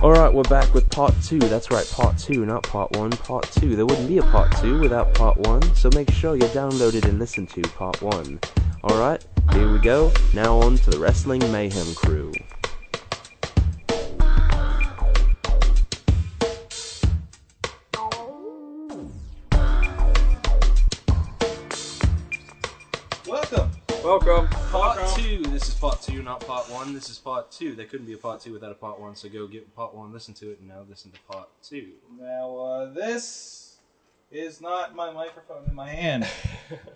Alright, we're back with part two. That's right, part two, not part one, part two. There wouldn't be a part two without part one, so make sure you downloaded and listened to part one. Alright, here we go. Now on to the Wrestling Mayhem crew. Welcome! Welcome. Part two. This is part two, not part one. This is part two. There couldn't be a part two without a part one, so go get part one, listen to it, and now listen to part two. Now, uh, this is not my microphone in my hand.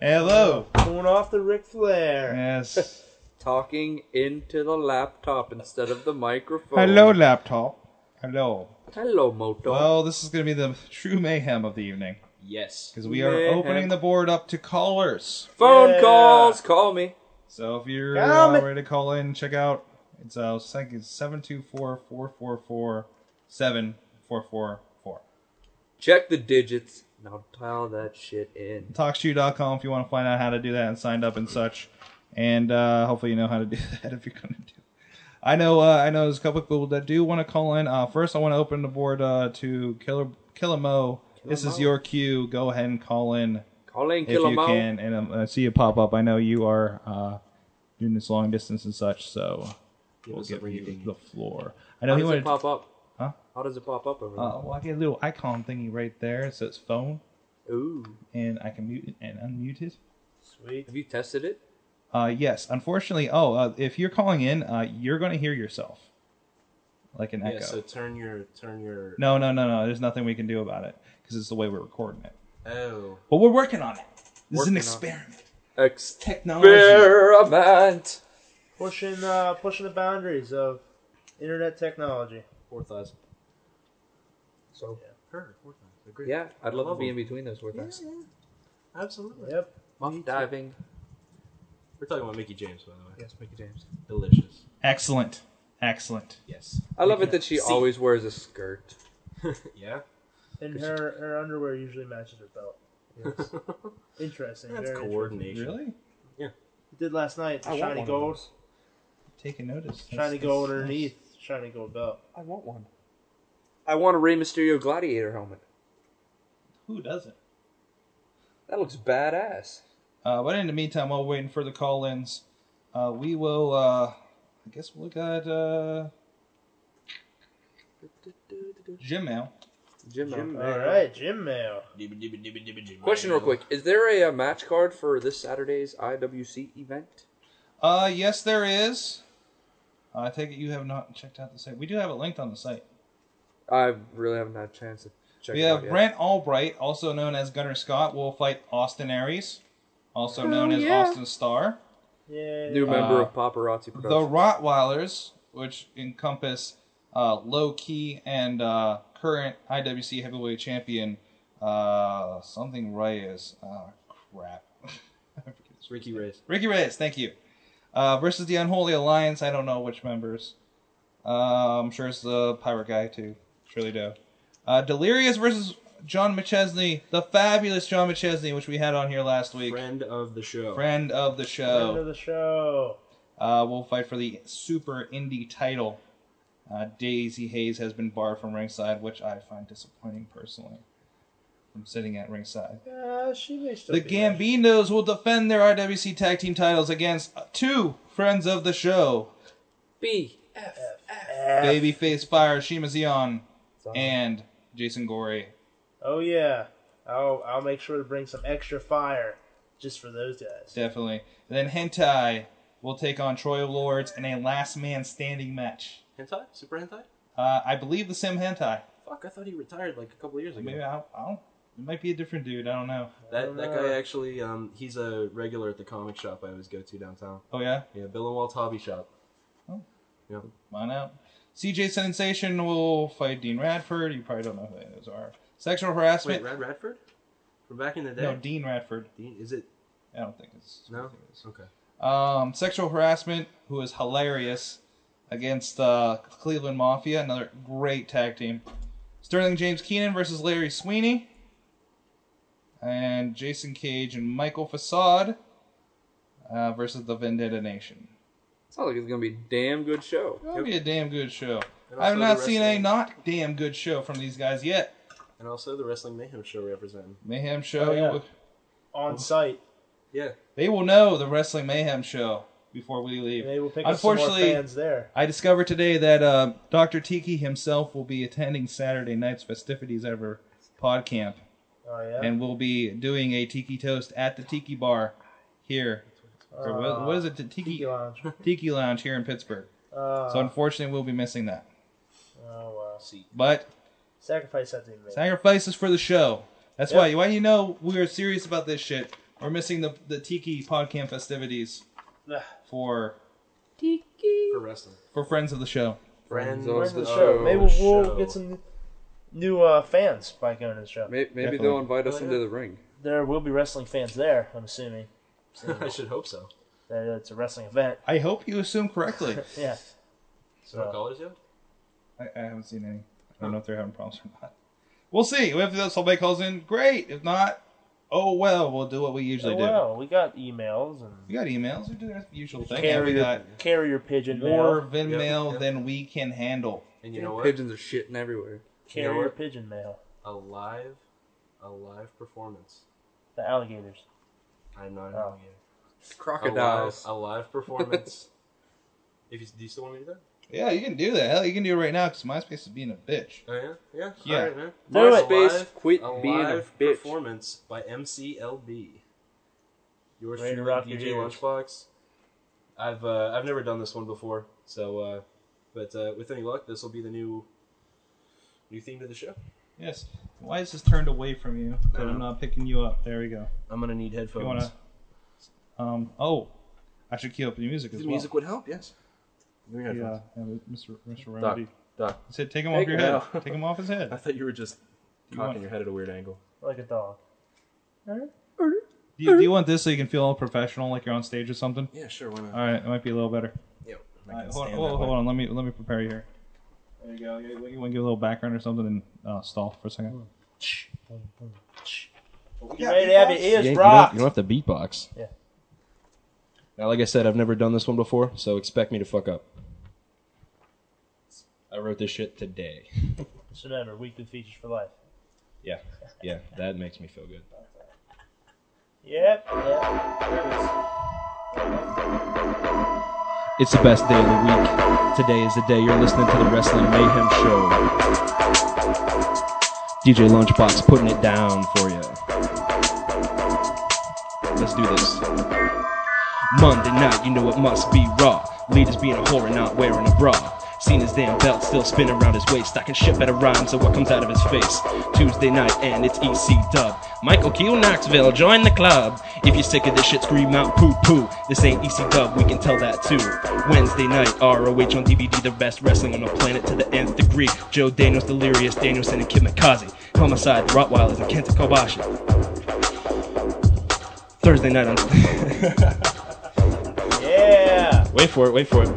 Hello. Going off the Ric Flair. Yes. talking into the laptop instead of the microphone. Hello, laptop. Hello. Hello, Moto. Well, this is going to be the true mayhem of the evening Yes. because we are Mayhem. opening the board up to callers. Phone Yeah. calls. Call me. So if you're Come uh, it- ready to call in, check out. It's uh, seven two four four four four seven four four four. Check the digits. Now dial that shit in. Talkshoe.com if you want to find out how to do that and signed up and such. And uh, hopefully you know how to do that if you're going to do. It. I know uh, I know there's a couple of people that do want to call in. Uh, first, I want to open the board uh, to Killer Killer Mo. This is Mo. your cue. Go ahead and call in Call in, if kill you 'em all. can. And um, I see you pop up. I know you are uh, doing this long distance and such, so we'll us a give you reading. the floor. I know How he does wanted. it pop up? Huh? How does it pop up over Uh, well, I get a little icon thingy right there. It says phone, there? Ooh. and I can mute it and unmute it. Sweet. Have you tested it? Uh, yes, unfortunately. Oh, uh, if you're calling in, uh, you're going to hear yourself, like an Yeah, echo. so turn your turn your No, no, no, no. There's nothing we can do about it because it's the way we're recording it. Oh. But we're working on it. This is Working an on it. experiment. Technology. Experiment. pushing uh, pushing the boundaries of internet technology. Four thighs. So Her, four thighs. Agree. Yeah, I'd love to Love be 'em. in between those four things. Absolutely. yep, Muff diving. We're talking about Mickey James, by the way. Yes, Mickey James. Delicious. Excellent. Excellent. Yes. I love it that she See. always wears a skirt. yeah. and her her underwear usually matches her belt. Yes. Interesting. That's very coordination. Really? interesting. Did last night the I want shiny one of gold, those. Taking notice. shiny That's- gold that's- underneath, shiny gold belt. I want one. I want a Rey Mysterio gladiator helmet. Who doesn't? That looks badass. Uh, but in the meantime, while we're waiting for the call-ins, uh, we will. Uh, I guess we'll look at uh, Gmail. Jim, Jim All right, gym mail. Question real quick. Is there a, uh match card for this Saturday's IWC event? Uh, yes, there is. I take it you have not checked out the site. We do have it linked on the site. I really haven't had a chance to check we it have out Brent Albright, also known as Gunnar Scott, will fight Austin Aries, also known as Austin Starr. Yeah. yet. New member Uh, of Paparazzi The Productions. Rottweilers, which encompass uh, Low Key and uh, current IWC Heavyweight Champion, uh, something Reyes. Oh, crap. I forget his Ricky Reyes. Ricky Reyes, thank you. Uh, versus the Unholy Alliance. I don't know which members. Uh, I'm sure it's the pirate guy too. Surely do. Uh, Delirious versus John McChesney, the fabulous John McChesney, which we had on here last week, friend, Friend of the show. of the Friend of show. the show. Uh, will fight for the Super Indie title. Uh, Daisy Hayes has been barred from ringside, which I find disappointing personally. From sitting at ringside. Uh, she may still The be there. Gambinos will defend their IWC tag team titles against two friends of the show, B. Ah. Babyface Fire, Shima Zion, Sorry. and Jason Gorey. Oh yeah. I'll I'll make sure to bring some extra fire just for those guys. Definitely. And then Hentai will take on Troy Lords in a last man standing match. Hentai? Super hentai? Uh, I believe the Sim Hentai. Fuck, I thought he retired like a couple years ago. Maybe I, I don't. It might be a different dude. I don't know. That, that guy Uh, actually, um, he's a regular at the comic shop I always go to downtown. Oh yeah, Yeah, Bill and Walt's Hobby Shop. mine out. CJ Sensation will fight Dean Radford. You probably don't know who those are. Sexual harassment. Wait, Rad Radford? From back in the day? no, Dean Radford. Dean- Is it? I don't think it's. No? I think it's- Okay. Um, sexual harassment, who is hilarious, against uh, Cleveland Mafia, another great tag team. Sterling James Keenan versus Larry Sweeney. And Jason Cage and Michael Facade uh, versus the Vendetta Nation. Sounds like it's gonna be a damn good show. It'll be a damn good show. And I have also not the seen a wrestling- not damn good show from these guys yet. And also the Wrestling Mayhem show representing. Mayhem show. Oh, yeah. you will- on site. Yeah. They will know the wrestling mayhem show before we leave. Maybe we'll pick up some more Unfortunately- fans there. I discovered today that uh, Dr. Tiki himself will be attending Saturday night's festivities over Pod Camp Oh yeah. and will be doing a tiki toast at the tiki bar here. Or what, Uh, what is it? The tiki, Tiki Lounge. tiki Lounge here in Pittsburgh. Uh, So unfortunately, we'll be missing that. oh wow. But Sacrifice has to be made. sacrifices for the show. That's why. Yep. Why you know we are serious about this shit. We're missing the the tiki PodCamp festivities Ugh. for For wrestling. for friends of the show. Friends of Friends of the the show. Maybe we'll, show. get some new uh, fans by going to the show. Maybe, maybe Definitely. they'll invite us Oh, yeah. into the ring. There will be wrestling fans there. I'm assuming I should hope so. that it's a wrestling event. I hope you assume correctly. Yeah. So what colors you? have? I, I haven't seen any. I don't know if they're having problems or not. We'll see. If this somebody calls in, great. If not, oh well. We'll do what we usually Oh, do. well, we got emails and We got emails. We do the usual thing. And we carrier got carrier pigeon more mail. Vin Yep, mail yep. than we can handle. And you know what? Pigeons are shitting everywhere. you know Carrier what? pigeon mail. A live, a live performance. The alligators. I'm not an Oh. alligator. A live, Crocodiles. a live performance. if you do you still want me to do that? Yeah, you can do that. Hell, you can do it right now because MySpace is being a bitch. Oh yeah, yeah, Yeah. All right, man. Do it. Alive- MySpace, quit Alive being a bitch. performance by MCLB. Yours Ready to truly, rock your DJ ears. Lunchbox. I've uh, I've never done this one before, so uh, but uh, with any luck, this will be the new new theme to the show. Yes. Why is this turned away from you? That I'm not picking you up. There we go. I'm gonna need headphones. You wanna? Um. Oh, I should cue up the music the as well. music would help, yes. Give me Yeah, headphones. yeah, Mr. Mr. Doc, Remedy. Doc, He said, "Take him Take off your him head. out. Take him off his I head." thought you were just You cocking want- your head at a weird angle. Like a dog. Do you, do you want this so you can feel all professional, like you're on stage or something? Yeah, sure, why not? All right, it might be a little better. yeah, I All right, hold, can stand hold, that hold way. on, let me let me prepare you here. There you go. You, you want to give a little background or something and uh, stall for a second? You ready to have You, your ears ain't- you don't, dropped? you don't have to beatbox. Yeah. Now, like I said, I've never done this one before, so expect me to fuck up. I wrote this shit today. Just remember, weekly features for life. Yeah, yeah, that makes me feel good. Yep. yep. It's the best day of the week. Today is the day you're listening to the Wrestling Mayhem Show. DJ Lunchbox putting it down for you. Let's do this. Monday night, you know it must be raw. Leaders being a whore and not wearing a bra. Seen his damn belt still spinning around his waist. I can shit better rhymes than what comes out of his face. Tuesday night and it's EC dub. Michael Q Knoxville, join the club. If you're sick of this shit, scream out poo poo. This ain't EC dub, we can tell that too. Wednesday night, ROH on DVD, the best wrestling on the planet to the nth degree. Joe Daniels, Delirious, Danielson, and Kid Mikaze. Homicide, the Rottweilers, and Kenta Kobashi. Thursday night on. Yeah. Wait for it, wait for it.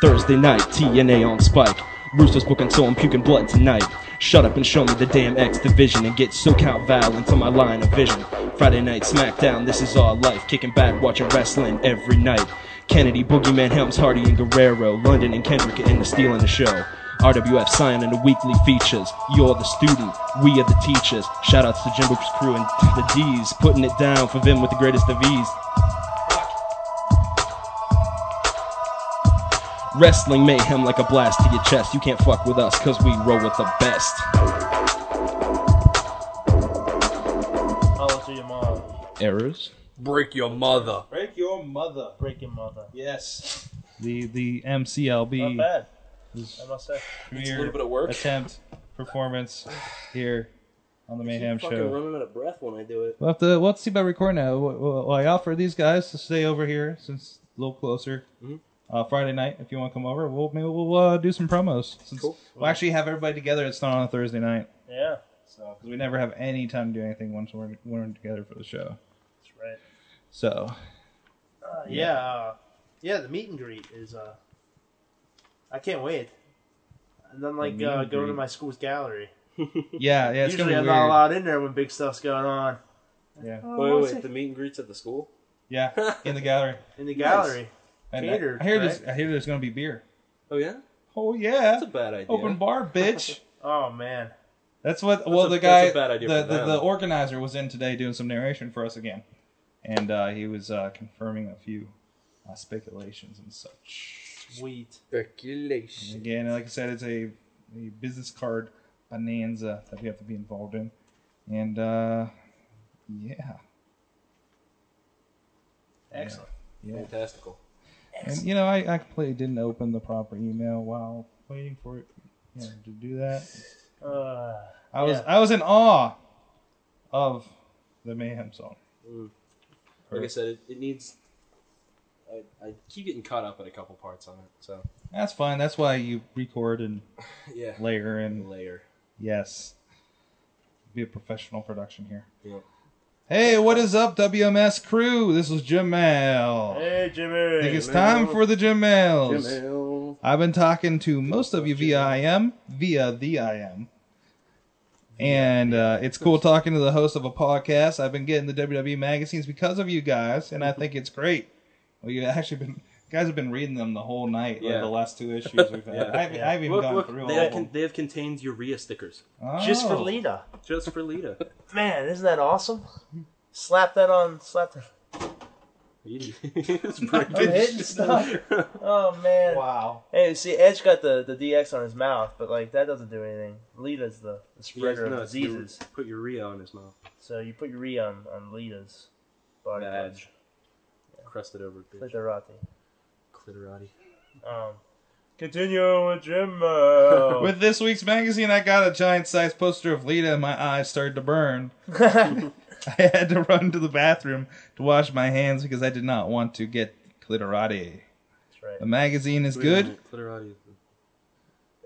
Thursday night, TNA on Spike. Rooster's booking, so I'm puking blood tonight. Shut up and show me the damn X division and get SoCal Val into my line of vision. Friday night, SmackDown, this is all life. Kicking back, watching wrestling every night. Kennedy, Boogeyman, Helms, Hardy, and Guerrero. London and Kendrick are in the stealing the show. RWF signing the weekly features. You're the student, we are the teachers. Shoutouts to Jimbo's crew and the D's, putting it down for Vim with the greatest of E's. Wrestling mayhem like a blast to your chest. You can't fuck with us, cause we roll with the best. Holla to your mom. Errors? Break your mother. Break your mother. Break your mother. Yes. The the Not MCLB bad. I must say. premiere little bit of work. attempt performance here on the Mayhem fucking Show. running out of breath when I do it. We'll have to we'll have to see about recording now. Well, well, I offer these guys to stay over here since it's a little closer. Mm-hmm. Uh, Friday night, if you want to come over, we'll maybe we'll uh, do some promos. Since Cool. We'll actually have everybody together. It's not on a Thursday night. Yeah. So, because we never have any time to do anything once we're, we're together for the show. That's right. So, Uh, yeah. Uh, yeah. The meet and greet is. Uh, I can't wait. And then like uh, going to my school's gallery. yeah, yeah, it's Usually gonna I'm be not weird. allowed in there when big stuff's going on. Yeah. Wait, wait, wait, the meet and greets at the school? Yeah, in the gallery. In the gallery. And uh, Catered, I, I hear right? there's I hear there's gonna be beer. Oh yeah, Oh yeah, that's a bad idea. open bar, bitch. Oh man. That's what. well, a- the guy, that's a bad idea the, for the, them. the organizer was in today doing some narration for us again, and uh, he was uh, confirming a few uh, speculations and such. Sweet. And Speculation. again, like I said, it's a, a business card bonanza that we have to be involved in, and uh, yeah, Excellent. yeah. Fantastical. And you know, I, I completely didn't open the proper email while waiting for it you know, to do that. Uh, I was Yeah. I was in awe of the mayhem song. Like I said, it, it needs. I, I keep getting caught up at a couple parts on it, so That's fine. That's why you record and yeah, layer and layer. yes, be a professional production here. Yep. Hey, what is up, WMS crew? This is Jim Mail. hey I think Jimmy. it's time for the Jim Mails. Gmail. I've been talking to most of you via IM, via the IM. And uh, it's cool talking to the host of a podcast. I've been getting the WWE magazines because of you guys, and I think it's great. Well, you actually been guys have been reading them the whole night. Like Yeah. the last two issues we've had. Yeah. I've, I've even Look, gone look, through they, all have of them. con- they have contained urea stickers Just for Oh. Lita. just for Lita. Man, isn't that awesome? Slap that on. Slap that. it's pretty good. It's stuck. Oh man. Wow. Hey, see, Edge got the, the DX on his mouth, but like that doesn't do anything. Lita's the, the spreader of No, it's ure- diseases, Put urea on his mouth. so you put urea on on Lita's body. Badge. parts. Crusted over. with bitch. Literati. Clitorati. Um, continue with Jim. uh, With this week's magazine, I got a giant sized poster of Lita, and my eyes started to burn. I had to run to the bathroom to wash my hands because I did not want to get clitorati. That's The right. magazine is good. Clitorati.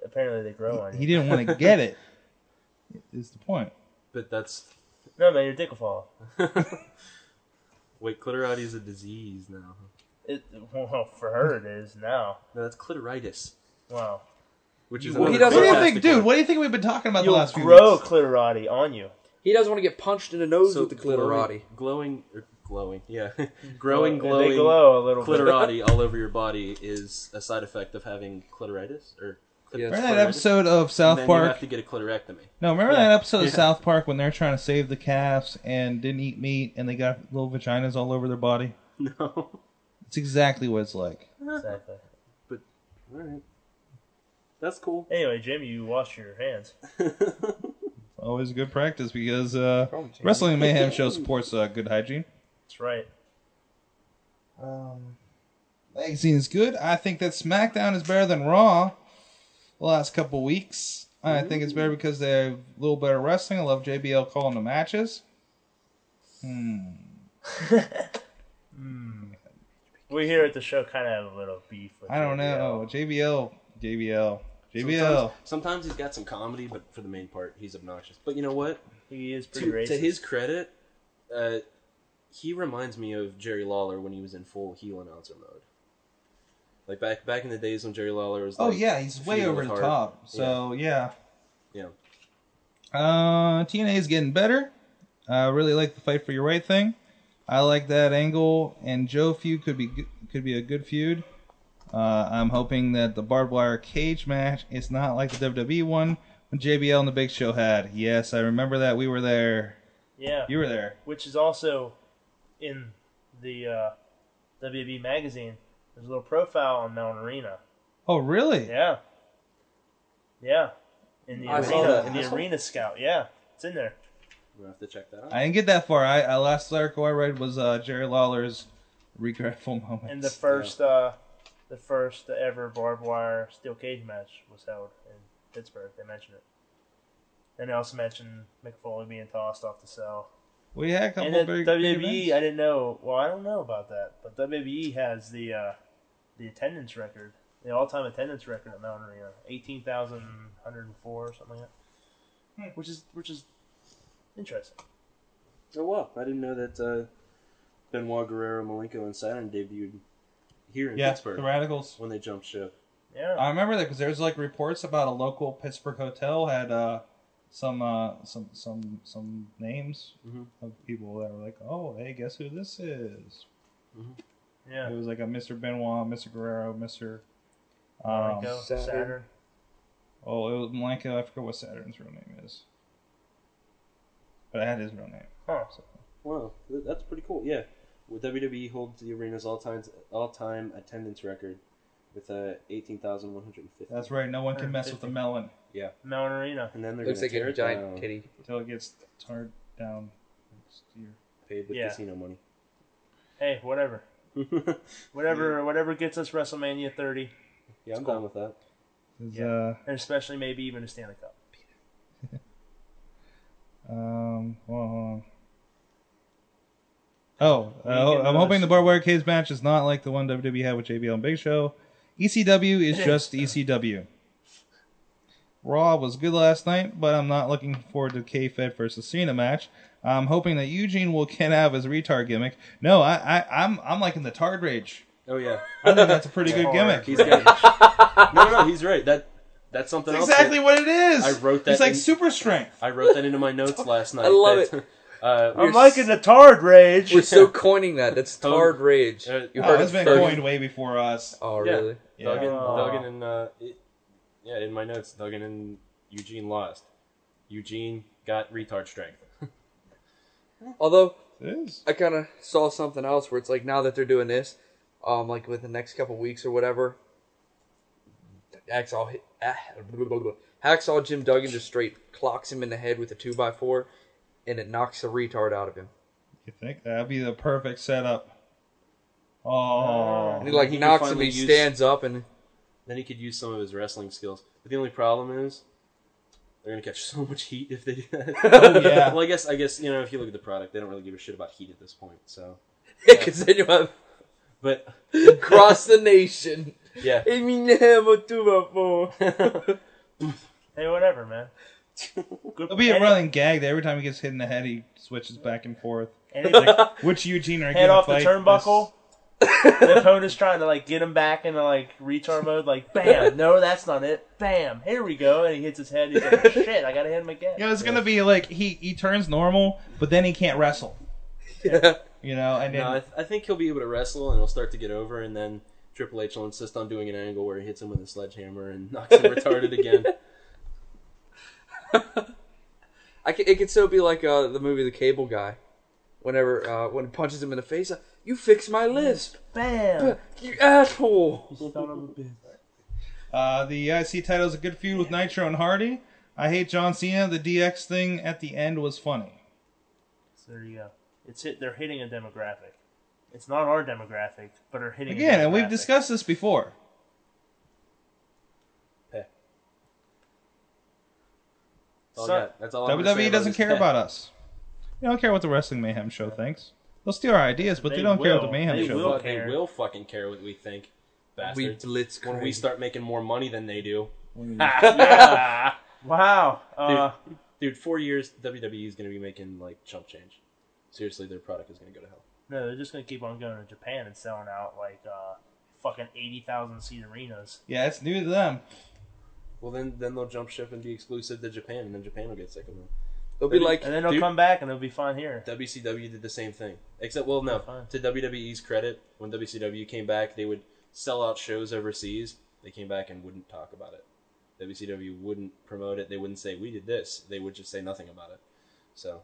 Apparently they grow on He you. didn't want to get it. Is the point? But that's No man, your dick will fall. wait. Clitorati is a disease now. It well for her it is now. No, that's clitoritis, Wow. which You- is. well, he another What do doesn't- you think, fantastic dude? one. What do you think we've been talking about the You'll last few grow weeks? clitorati on you. He doesn't want to get punched in the nose So with the clitorati. glowing, glowing, or glowing, yeah, growing, glowing, They glow a little bit. clitorati all over your body is a side effect of having clitoritis or. clit- Yeah, it's Remember that clitoritis? episode of And South then you have Park? to get a clitorectomy. No, remember that episode Yeah. of South Park when they're trying to save the calves and didn't eat meat and they got little vaginas all over their body? No. It's exactly what it's like. Exactly. Alright. That's cool. Anyway, Jim, you wash your hands. Always good practice because uh, Wrestling Mayhem Show supports uh, good hygiene. That's right. Um, magazine is good. I think that SmackDown is better than Raw the last couple weeks. I think it's better because they have a little better wrestling. I love JBL calling the matches. We here at the show kind of have a little beef with. I don't JBL. know. JBL. JBL. JBL. Sometimes, sometimes he's got some comedy, but for the main part, he's obnoxious. But you know what? He is pretty To, racist. to his credit, uh, he reminds me of Jerry Lawler when he was in full heel announcer mode. Like back back in the days when Jerry Lawler was. Oh, like, yeah. He's way feuding over with the Hart. top. So, yeah. Yeah. Uh, TNA is getting better. I really like the fight for your right thing. I like that angle, and Joe feud could be good, could be a good feud. Uh, I'm hoping that the barbed wire cage match is not like the WWE one when JBL and the Big Show had. Yes, I remember that. We were there. yeah, You were there. which is also in the uh, WB magazine. There's a little profile on Mount Arena. Oh, really? Yeah, yeah. In the I saw arena, that. in the arena scout. Yeah, it's in there. I'm going to have to check that out. I didn't get that far. I, I last article I read was uh, Jerry Lawler's regretful moments. And the first, uh, the first ever barbed wire steel cage match was held in Pittsburgh. They mentioned it, and they also mentioned McFoley being tossed off the cell. we had a couple And then big, WWE, big I events. didn't know. Well, I don't know about that, but WWE has the uh, the attendance record, the all time attendance record at Mount Arena, eighteen thousand one hundred and four or something like that, Hmm. which is which is interesting. Oh, wow. I didn't know that uh, Benoit Guerrero, Malenko, and Saturn debuted here in yeah, Pittsburgh the Radicals. when they jumped ship. Yeah, I remember that because there was like reports about a local Pittsburgh hotel had uh, some uh, some some some names Mhm. Mm-hmm. of people that were like, oh, hey, guess who this is? Yeah. It was like a Mr. Benoit, Mr. Guerrero, Mr. Um, Malenko, Saturn. Saturn. oh, it was Malenko. I forget what Saturn's real name is, but I had his real name. Huh. So- Wow, th- that's pretty cool. Yeah, well, WWE holds the arena's all times all time attendance record with uh, eighteen thousand one hundred fifty. That's right. No one can mess with the melon Mount Arena. And then they're Looks gonna like tear a it giant down, titty. until it gets tarred down next year. paid with Yeah. casino money. Hey, whatever. Whatever whatever gets us WrestleMania 30, yeah, I'm down with that. Is, and especially maybe even a Stanley Cup. uh, um, hold on. Oh, I ho- Weekend I'm hoping notice. the barbed wire cage match is not like the one WWE had with JBL and Big Show. ECW is just ECW. Raw was good last night, but I'm not looking forward to K-Fed versus Cena match. I'm hoping that Eugene will can have his retard gimmick. No, I, I I'm I'm liking the tard rage. Oh yeah, I think that's a pretty good Tard gimmick. he's got. no, no, no, he's right. That that's something That's else. exactly what it is. I wrote that It's like in- super strength. I wrote that into my notes last night. love that, Uh, We're I'm liking the Tard Rage. We're so coining that. That's tard rage. Uh, You Oh, heard it's it been first. coined way before us. Oh, Yeah. really? Duggan, Yeah. Duggan, and uh, it, yeah, in my notes, Duggan and Eugene lost. Eugene got retard strength. Although It is. I kind of saw something else where it's like now that they're doing this, um, like with the next couple weeks or whatever, Hacksaw, ah, blah, blah, blah. Hacksaw Jim Duggan just straight clocks him in the head with a two by four, and it knocks the retard out of him. You think that'd be the perfect setup? Oh, And he Oh, like he can knocks him, finally he use- stands up, and Then he could use some of his wrestling skills. But the only problem is they're gonna catch so much heat if they do that. yeah. well, I guess I guess you know if you look at the product, they don't really give a shit about heat at this point. So, because then you have but across the nation. yeah, I mean, have a two by four. Hey, whatever, man. Good, it'll be a any- running gag that every time he gets hit in the head, he switches back and forth. any- Like, which Eugene are you head gonna off the fight? turnbuckle. the opponent's trying to like get him back into like retard mode. Like, bam! No, that's not it. Bam! Here we go. And he hits his head. He's like, shit! I gotta hit him again. You know, it's gonna be like he he turns normal, but then he can't wrestle. Yeah. You know, and then no, I, th- I think he'll be able to wrestle and he'll start to get over, and then Triple H will insist on doing an angle where he hits him with a sledgehammer and knocks him retarded again. I c it could still be like uh, the movie The Cable Guy, whenever uh, when it punches him in the face, uh, you fix my lisp, Bam! you asshole. Son of a bitch. uh, the IC title is a good feud with Nitro and Hardy. I hate John Cena. The DX thing at the end was funny. So there you go. It's hit. They're hitting a demographic. It's not our demographic, but are hitting Again, A and we've demographic. discussed this before. That's all I So- got. That's all I'm gonna say WWE E doesn't this. care about us. They don't care what the Wrestling Mayhem show thinks. They'll steal our ideas, but they, They don't care what will. the Mayhem They show will. Well, they care. will fucking care what we think, We bastards. blitz when we start making more money than they do. Yeah. wow. Uh, Dude, four years WWE is going to be making like chump change. Seriously, their product is going to go to hell. no, they're just gonna keep on going to Japan and selling out like uh, fucking eighty thousand seat arenas. Yeah, it's new to them. Well, then then they'll jump ship and be exclusive to Japan, and then Japan will get sick of them. It'll be like And then they'll Dude. come back and they'll be fine here. WCW did the same thing, except well, no. Fine. To WWE's credit, when WCW came back, they would sell out shows overseas. They came back and wouldn't talk about it. WCW wouldn't promote it. They wouldn't say we did this. They would just say nothing about it. So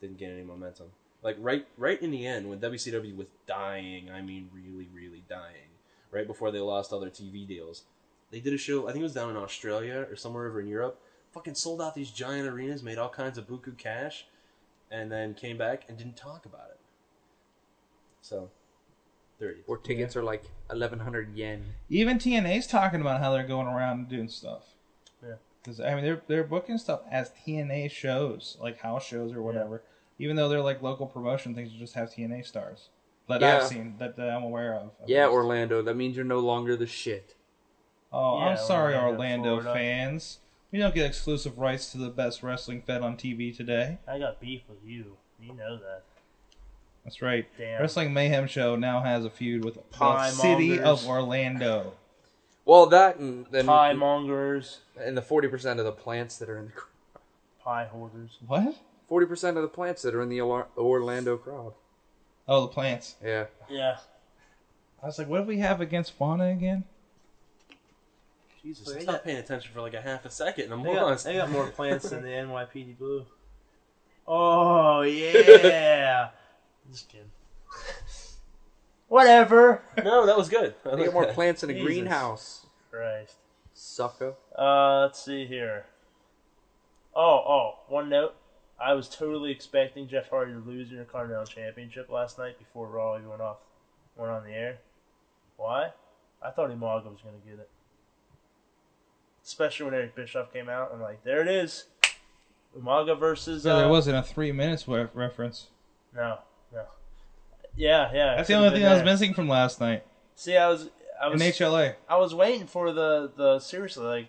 didn't gain any momentum. Like right right in the end, when WCW was dying, I mean really really dying. Right before they lost all their TV deals, they did a show. I think it was down in Australia or somewhere over in Europe. Fucking sold out these giant arenas, made all kinds of buku cash, and then came back and didn't talk about it. So there it is. where tickets are like eleven hundred yen. Even TNA's talking about how they're going around and doing stuff. Yeah. Because I mean, they're they're booking stuff as TNA shows, like house shows or whatever. Even though they're like local promotion things, that just have TNA stars that I've Yeah. seen that, that I'm aware of. at Yeah, least. Orlando. That means you're no longer the shit. oh, Yeah, I'm sorry, Orlando, Orlando, Florida. fans. We don't get exclusive rights to the best wrestling fed on TV today. I got beef with you. You know that. That's right. Damn. Wrestling Mayhem Show now has a feud with the Pie city mongers. of Orlando. Well, that and then Pie mongers, and the forty percent of the plants that are in the pie hoarders. What? forty percent of the plants that are in the Alar- Orlando crowd. Oh, the plants. Yeah, Yeah. I was like, what if we have against Fauna again? Jesus, Wait, I Oh, they stopped got- paying attention for like a half a second, and I'm They got, lost. they got more plants than the NYPD Blue. Oh yeah. Just kidding. Whatever. No, that was good. I They like got more that. plants in a Jesus. greenhouse. Christ. Sucker. Uh, let's see here. Oh, oh, one note. I was totally expecting Jeff Hardy to lose in your Continental Championship last night before Raw even went off, went on the air. Why? I thought Imago was going to get it. Especially when Eric Bischoff came out and like, there it is. Umaga versus. So there uh, wasn't a three minutes re- reference. No, no. Yeah, yeah. it That's the could've only thing been I was there. missing from last night. See, I was, I In was HLA. I was waiting for the, the seriously like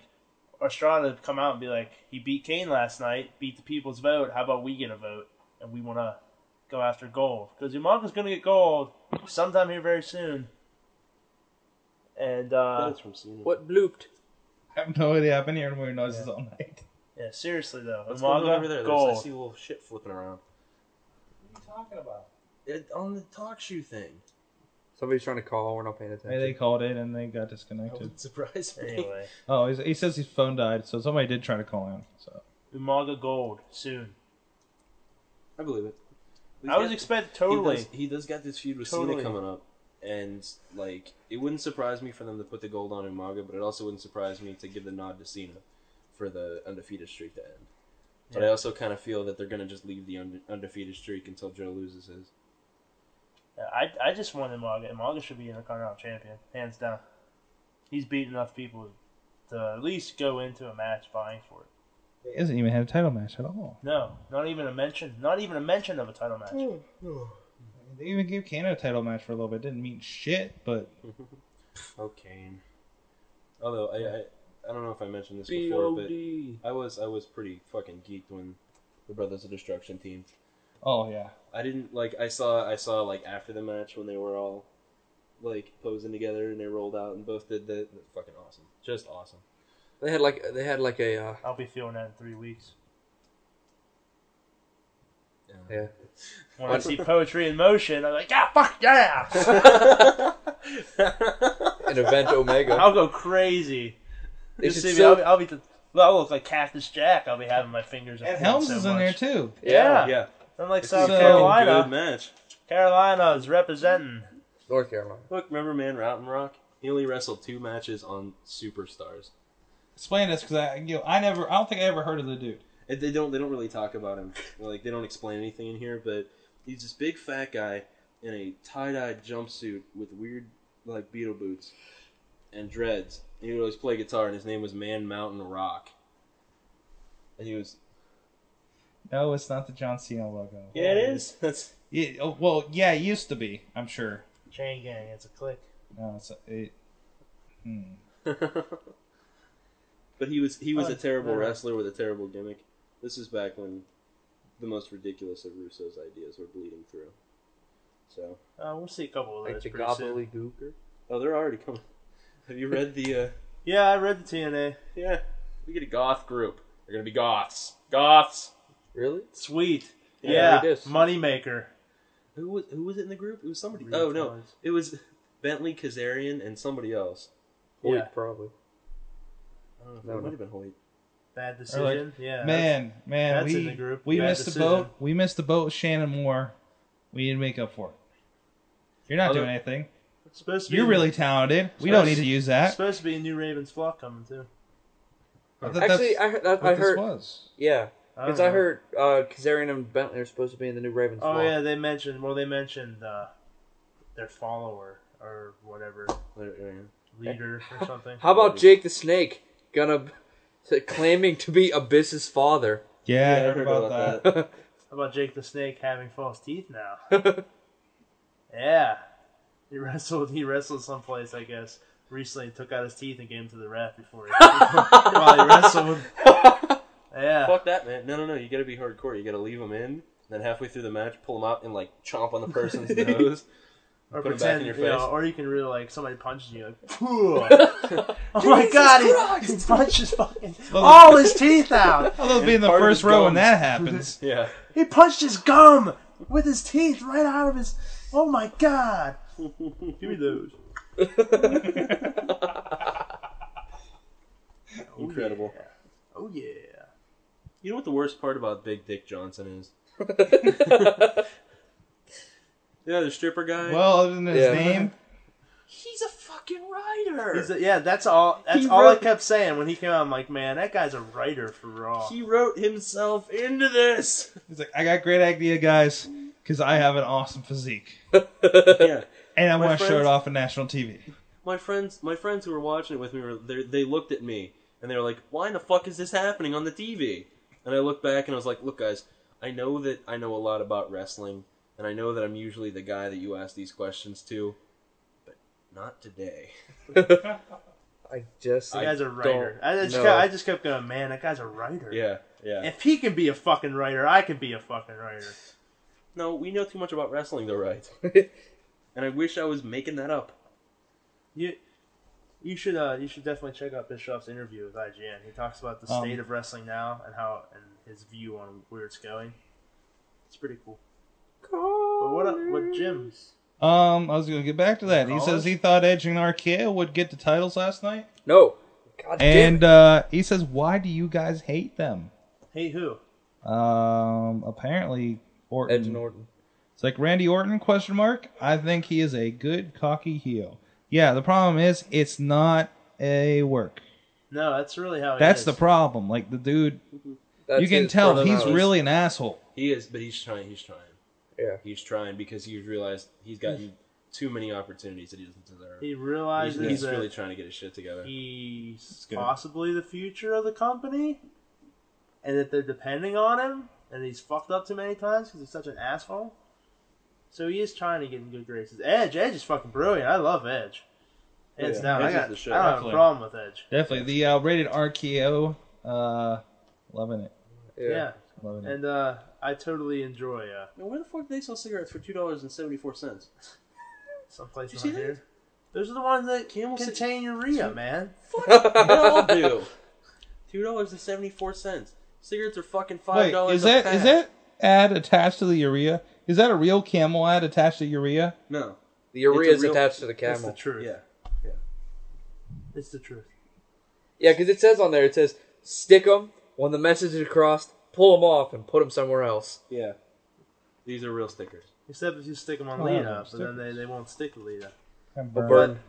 Estrada to come out and be like, he beat Kane last night, beat the people's vote. How about we get a vote and we want to go after gold because Umaga's gonna get gold sometime here very soon. And uh, That's from Cena. What blooped? I have no idea. I've been hearing weird noises all night. yeah, seriously though, What's going on over there? Umaga There's- I gold. see a little shit flipping around. What are you talking about? It, on the talk shoe thing. Somebody's trying to call. We're not paying Hey, attention. they called it and they got I disconnected. wouldn't surprise me. Anyway, Oh, he's, he says his phone died, so somebody did try to call him. So Umaga gold soon. I believe it. I was Yeah. expecting He totally. does, he does got this feud with Totally. Cena coming up, and like it wouldn't surprise me for them to put the gold on Umaga, but it also wouldn't surprise me to give the nod to Cena for the undefeated streak to end. But I also kind of feel that they're gonna just leave the unde- undefeated streak until Joe loses his. I I just want Umaga. Umaga should be Intercontinental Champion, hands down. He's beat enough people to at least go into a match vying for it. he doesn't even have a title match at all. No, not even a mention. Not even a mention of a title match. They even gave Canada a title match for a little bit. Didn't mean shit, but Okay. Although I, I I don't know if I mentioned this before, but B.O.D. I was I was pretty fucking geeked when the Brothers of Destruction team oh yeah, I didn't like. I saw. I saw like after the match when they were all like posing together and they rolled out and both did the, the fucking awesome, just awesome. They had like they had like a uh, I'll be feeling that in three weeks yeah. when I see poetry in motion. I'm like, yeah, fuck yeah! an event Omega. I'll go crazy. They Just should see me. still- I'll, be- I'll be the. I'll look like Cactus Jack. I'll be having my fingers. and Helms so is in much. there too. Yeah. yeah. I'm like This South is a fucking Carolina. good match. Carolina is representing. North Carolina. Look, remember Man Routon Rock? He only wrestled two matches on Superstars. Explain this because I you know I never I don't think I ever heard of the dude. And they don't. They don't really talk about him. Like they don't explain anything in here. But he's this big fat guy in a tie-dyed jumpsuit with weird like beetle boots and dreads. And he would always play guitar, and his name was Man Mountain Rock. And he was No, it's not the John Cena logo. Yeah, it is. That's Yeah, oh, well, yeah, it used to be. I'm sure. Chain gang. It's a click. No, it's it. Hmm. but he was he was a Oh, terrible yeah. wrestler with a terrible gimmick. This is back when the most ridiculous of Russo's ideas were bleeding through. So, Uh, we'll see a couple of those Like the pretty soon. gobbledygooker. oh, they're already coming. Have you read the? uh Yeah, I read the TNA. Yeah, we get a goth group. They're gonna be goths. Goths. Really? Sweet. Yeah, Yeah, it is. moneymaker. Who was who was it in the group? It was somebody. Oh no, Retards. it was Bentley Kazarian and somebody else. Hoyt, Yeah. probably. I don't know. if No, it no. might have been Hoyt. Bad Or like, decision. yeah. man, man, that's we in the group. we Bad missed the decision. boat. We missed the boat. with Shannon Moore. We need to make up for it. You're not Other- doing anything. that's supposed to be You're really talented. We don't need to use that. supposed to be a new Ravens flock coming too. I thought that's Actually, I, heard- I, what I this heard. was. Yeah, don't because I, know. heard uh, Kazarian and Bentley are supposed to be in the new Ravens. Oh Flock. yeah, they mentioned. Well, they mentioned uh, their follower or whatever Wait, wait, wait. leader or something. How about Jake the Snake gonna claiming to be Abyss's father? Yeah, I Yeah, heard, about, that. How about Jake the Snake having false teeth now? yeah, he wrestled. He wrestled someplace, I guess. Recently, and took out his teeth and gave him to the ref before he, while he wrestled. Yeah, Fuck that, man. No, no, no. You gotta be hardcore. You gotta leave them in. Then halfway through the match, pull them out and like chomp on the person's nose. or put 'em back pretend in your you know, face. or you can really like somebody punches you. Like, oh my god, he, he punches fucking all his teeth out. I'll be in the Part of first his row when gums. that happens. Yeah. He punched his gum with his teeth right out of his. Oh my god! Give me those. Incredible. Oh yeah. You know what the worst part about Big Dick Johnson is? Yeah, the stripper guy. Well, other than his Yeah. name, he's a fucking writer. He's a, yeah, that's all. That's He all I wrote- kept saying when he came out. I'm like, man, that guy's a writer for Raw. he wrote himself into this. he's like, I got great idea, guys, because I have an awesome physique, yeah. and I My want to show it friends- off on national TV. my friends my friends who were watching it with me were they they looked at me and they were like why in the fuck is this happening on the tv and i looked back and i was like look guys i know that i know a lot about wrestling and i know that i'm usually the guy that you ask these questions to but not today I just That I- guy's a writer. don't I just, know. kept, I just kept going, man, that guy's a writer. yeah yeah If he can be a fucking writer, I can be a fucking writer. no we know too much about wrestling though right and i wish i was making that up You, you should, uh, you should definitely check out Bischoff's interview with IGN. He talks about the Um, state of wrestling now and how and his view on where it's going. It's pretty cool. But what, what Jim? Um, I was gonna get back to that. He College? says he thought Edge and RKO would get the titles last night, no. God damn. and uh, he says, "Why do you guys hate them?" Hey, who? Um, apparently Orton. Edge Norton. It's like Randy Orton question mark. I think he is a good cocky heel. Yeah, the problem is it's not a work. No, that's really how. It That's is. the problem. Like the dude, That's you can his tell he's personality. really an asshole. he is but he's trying he's trying Yeah. he's trying because he's realized he's gotten too many opportunities that he doesn't deserve He he's, realizes he's that really trying to get his shit together he's good. possibly the future of the company, and that they're depending on him, and he's fucked up too many times because he's such an asshole. So he is trying to get in good graces. Edge, Edge is fucking brilliant. I love Edge. Hands Yeah, down, Edge I is got, the I shit. don't have a Definitely. problem with Edge. Definitely the uh, rated RKO. Uh, loving it. Yeah, Loving it. and uh, I totally enjoy uh, Now, where the fuck do they sell cigarettes for two dollars and seventy four cents? someplace You around see that? here. Those are the ones that Camel City- contain urea, man. They all do. Two dollars and seventy four cents. Cigarettes are fucking five Wait, dollars. is that pack. is that ad attached to the urea? Is that a real camel ad attached to urea? no? The urea It's a is real- attached to the It's the camel. truth. Yeah, It's the truth. Yeah, because it says on there, it says stick them when the message is crossed, pull them off, and put them somewhere else. yeah. These are real stickers. Except if you stick them on Oh, lead yeah, up, but then they, they won't stick to lead up. Burn.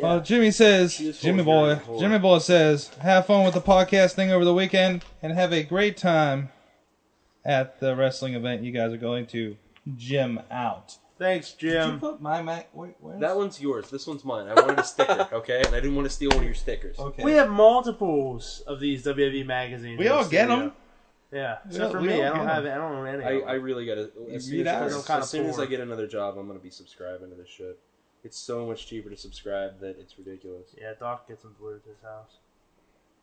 Well, Uh, Jimmy says, She is full Jimmy of urine boy, and whore. Jimmy boy says, have fun with the podcast thing over the weekend and have a great time at the wrestling event you guys are going to. Jim out. Thanks, Jim. put my Mac? Wait, where's That one's yours. This one's mine. I wanted a sticker, okay? And I didn't want to steal one of your stickers. Okay. We have multiples of these WWE magazines. We in all the get studio. 'em. Yeah, all- except for we me. all I don't get have. it. I don't own any. I, of I 'em. really gotta. As read soon, as, ours? as, soon as I Kinda get another job, I'm gonna be subscribing to this shit. It's so much cheaper to subscribe that it's ridiculous. yeah, Doc gets them delivered to his house.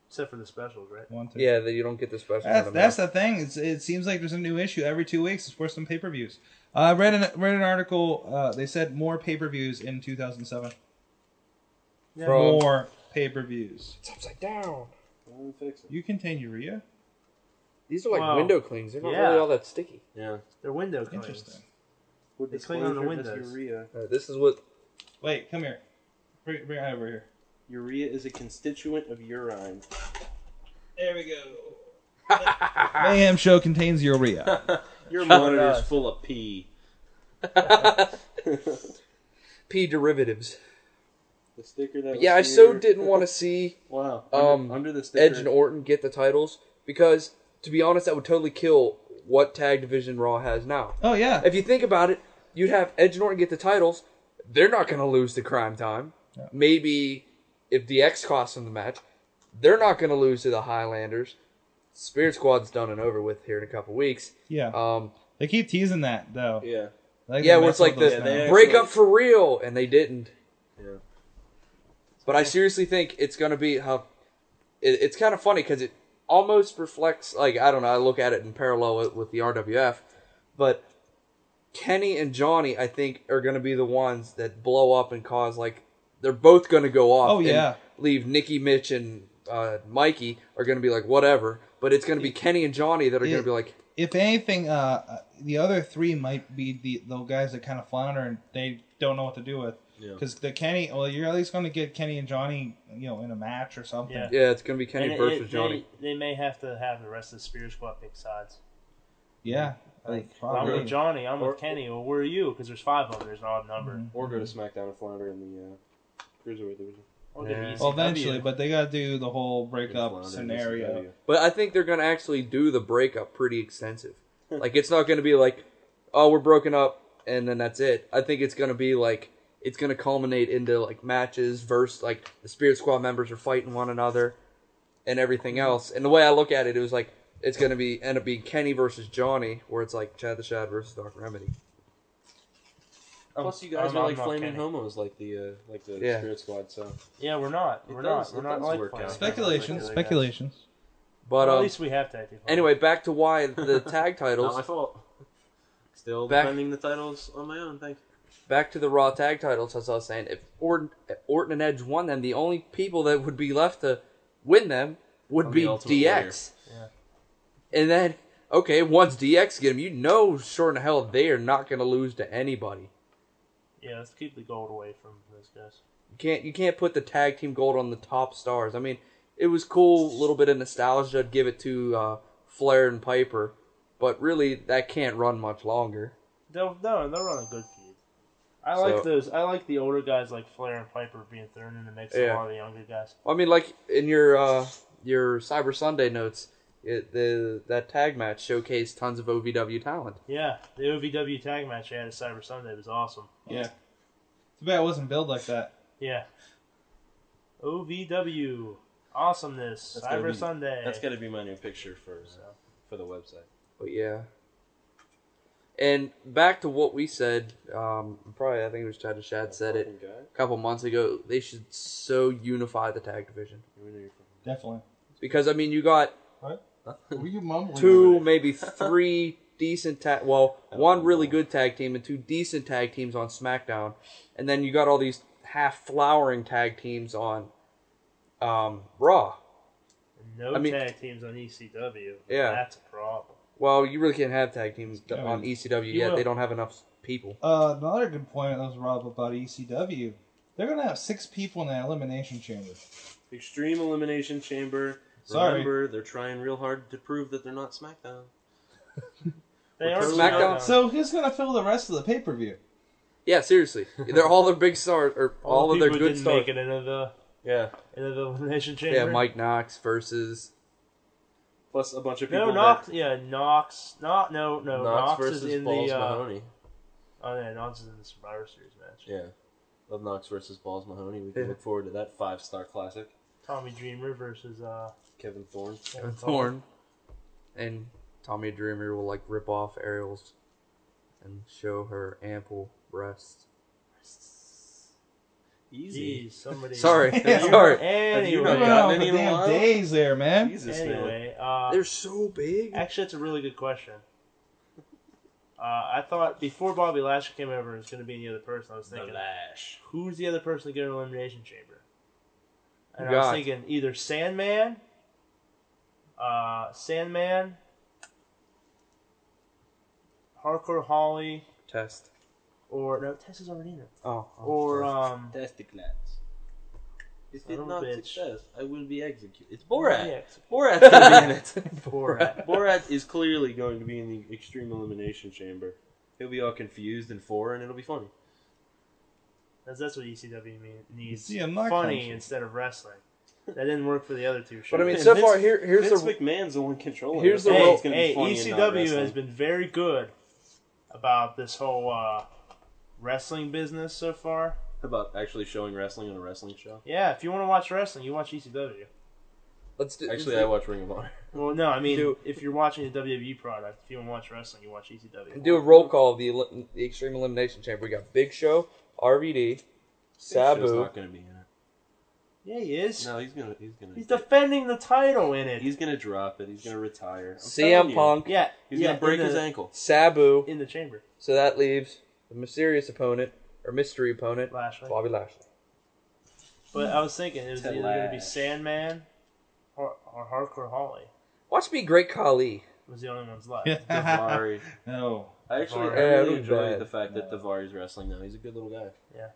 Except for the specials, right? One, two. Yeah, that you don't get the special. That's, one that's the thing. It's, it seems like there's a new issue every two weeks. It's worse than pay per views. I uh, read an read an article. Uh, they said more pay per views in 2007. Yeah. Bro. From- More pay per views. It's upside down. Well, fix it. You contain urea. These are like Wow. window clings. They're not Yeah. really all that sticky. Yeah. They're window clings. Interesting. With They cling on the disclosure, windows. Miss Urea. Uh, this is what. Wait, come here. Bring, bring it over here. Urea is a constituent of urine. There we go. Mayhem show contains urea. Your up. monitor's full of pee. P derivatives. The sticker that. But was yeah, I here- so didn't want to see Wow. Under, um, under the sticker. Edge and Orton get the titles because, to be honest, that would totally kill what tag division Raw has now. Oh yeah. If you think about it, you'd have Edge and Orton get the titles. They're not going to lose to Crime Time. Maybe if the X costs them the match, they're not going to lose to the Highlanders. Spirit Squad's done and over with here in a couple weeks. Yeah. Um, they keep teasing that though. yeah. Like yeah, they where mess it's like with the us Yeah, they now. actually- break up for real, and they didn't. Yeah. But I seriously think it's gonna be how. It, it's kind of funny because it almost reflects like I don't know. I look at it and parallel it with the RWF, but Kenny and Johnny I think are gonna be the ones that blow up and cause like they're both gonna go off. Oh, and yeah. leave Nikki, Mitch, and uh, Mikey are gonna be like whatever. But it's gonna be Kenny and Johnny that are Yeah. gonna be like If anything, uh, uh, the other three might be the the guys that kind of flounder and they don't know what to do with. Yeah. Because the Kenny, well, you're at least going to get Kenny and Johnny, you know, in a match or something. Yeah. Yeah, it's gonna be And Kenny it- versus it- Johnny. They, they may have to have the rest of the Spear Squad pick sides. Yeah, Like, I'm probably. with Johnny. I'm Oh, Or- Mm-hmm. with Kenny. Well, where are you? Because there's five of them. There's an odd number. Or go to SmackDown and flounder in the uh, cruiserweight division. Or go to Yeah. ECW. well, eventually, but they got to do the whole breakup Flounder in scenario. ECW. But I think they're gonna actually do the breakup pretty extensive. like it's not gonna be like, oh, we're broken up and then that's it. I think it's gonna be like it's gonna culminate into like matches versus like the Spirit Squad members are fighting one another and everything else. And the way I look at it, it was like it's gonna be end up being Kenny versus Johnny, where it's like Chad the Shad versus Dark Remedy. Plus, you guys I'm- are I'm like not flaming Kenny. homos, like the uh, like the Yeah. Spirit Squad. So Yeah, we're not. It we're does- not. We're it not does like work flames. out. Speculation, speculations. But Well, um, at least we have to. anyway, back to why the tag not titles. my fault. Still Back- defending the titles on my own. Thanks. back to the Raw tag titles, as I was saying, if Orton, Orton and Edge won them, the only people that would be left to win them would On be the Ultimate DX. And then, okay, once DX get them, you know, sure in hell, they are not going to lose to anybody. Yeah, let's keep the gold away from those guys. You can't you can't put the tag team gold on the top stars. I mean, it was cool, a little bit of nostalgia. I'd give it to uh, Flair and Piper, but really, that can't run much longer. They'll no, they'll run a good feud. I like So- those. I like the older guys like Flair and Piper being thrown in the mix with Yeah. a lot of the younger guys. Well, I mean, like in your uh, your Cyber Sunday notes, it, the that tag match showcased tons of OVW talent. Yeah, the OVW tag match they had at Cyber Sunday was awesome. Yeah. Too bad it wasn't billed like that. Yeah. OVW awesomeness That's gotta Cyber be- Sunday. That's got to be my new picture for uh, So, for the website. But yeah. And back to what we said, um, probably I think it was Chad Shad said it Guy? a couple months ago. They should so unify the tag division You know you're fucking- Definitely. because I mean you got Were you mumbling? two, maybe three decent tag. Well, one really good tag team and two decent tag teams on SmackDown, and then you got all these half flowering tag teams on um, Raw. no I mean- tag teams on ECW. Yeah. that's a problem. Well, you really can't have tag teams d- on ECW you yet. will. They don't have enough people. Uh, another good point that was Rob about ECW. They're gonna have six people in that elimination chamber. Extreme Elimination Chamber. Sorry. Remember, they're trying real hard to prove that they're not SmackDown. They are totally SmackDown. not- So who's gonna fill the rest of the pay per view? Yeah, seriously, they're all their big stars or all, of the their people good didn't stars. make it into the Yeah. into the elimination chamber. Yeah, Mike Knox versus Plus a bunch of people. No, that- Knox. Yeah, Knox. Not no no. Knox, Knox, versus is in Balls the. Uh, Mahoney. oh yeah, Knox is in the Survivor Series match. Yeah. Love Knox versus Balls Mahoney. We can Yeah. look forward to that five star classic. Tommy Dreamer versus uh. Kevin Thorne. Kevin Thorne, and Tommy Dreamer will like rip off Ariel's and show her ample breasts. Easy. Jeez, somebody. Sorry, Yeah. sorry. You You're really going Anyway, got got on any for in a damn while? days there, man. Jesus, man. anyway, uh, They're so big. actually, it's a really good question. Uh, I thought before Bobby Lashley came over, it was going to be any other person. I was The thinking, Lash. who's the other person to get in the elimination chamber? And I God. was thinking either Sandman, uh, Sandman, Hardcore Holly, Test. or no, Tessa's already in it. Oh, oh, Or sorry. um, Fantastic lads. If Son it of a not bitch. success, I will be executed. It's Borat. Yeah, Borat's gonna be in it. Borat. Borat is clearly going to be in the Extreme Elimination Chamber. He'll be all confused and foreign, and it'll be funny. That's, that's what ECW mean- needs. see, I'm not funny conscious. instead of wrestling. That didn't work for the other two shows. But I mean, And so Vince- far here, here's Vince the McMahon's the one controlling. here's it. the That's hey, why role- it's gonna be hey, funny and not ECW has wrestling. been very good about this whole uh, wrestling business so far. How about actually showing wrestling on a wrestling show. Yeah, if you want to watch wrestling, you watch E ECW. let's do Actually, I watch Ring of Honor. Well, no, I mean, Do- if you're watching a WWE E product, if you want to watch wrestling, you watch E ECW. do a roll call of the, eli- the Extreme Elimination Chamber. We got Big Show, RVD, Show's Sabu. not gonna be in it. yeah, he is. No, he's gonna he's gonna He's defending the title in it. he's gonna drop it. He's gonna retire. I'm telling CM you. Punk, yeah, He's yeah, gonna break in his the, ankle. Sabu. in the chamber. So that leaves the mysterious opponent or mystery opponent, Lashley. Bobby Lashley. But I was thinking it was To either going to be Lash. Sandman or, or Hardcore Holly Watch me, Great Khali. was the only ones left. Davari. no. I actually I Yeah, it'll really be enjoyed bad. the fact that Davari's wrestling now. He's a good little guy. Yeah.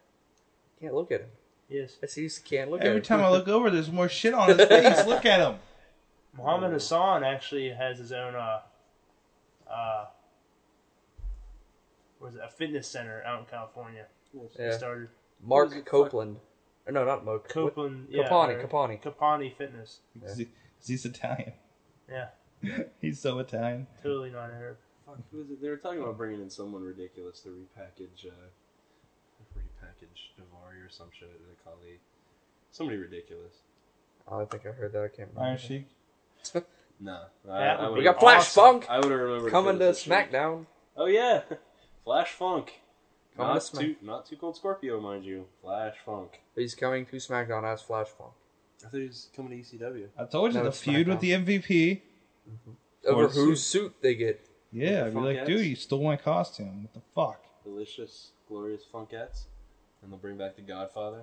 Can't look at him. Yes. I seriously can't look Every at him. time I look over, there's more shit on his face. Look at him. Muhammad Hassan actually has his own uh uh was it a fitness center out in California. He Yeah. started Mark Who's the fuck- Copeland. Or no, not Moke. Copeland yeah, Capani, or- Capani. Capani Fitness. 'Cause he- 'cause he's Italian. Yeah. He's so Italian. Totally not Arab. Fuck, who was it? They were talking about bringing in someone ridiculous to repackage, uh, repackage Davari or some shit. They call the somebody ridiculous. Oh, I think I heard that. I can't Iron remember. Sheik. Nah, That would be I, I We would got have. Flash Awesome. I would have Funk remembered coming to because of this shit. SmackDown. Oh yeah, Flash Funk. Coming Not to Smack- too, not too cold Scorpio, mind you. Flash Funk. He's coming to SmackDown as Flash Funk. I thought he was coming to E ECW. I told you No, the it's feud with SmackDown. the MVP. Over Or suit. whose suit they get. Yeah, I'd be Funk like, ass. dude, you stole my costume. What the fuck? Delicious, glorious Funkettes, and they'll bring back the Godfather.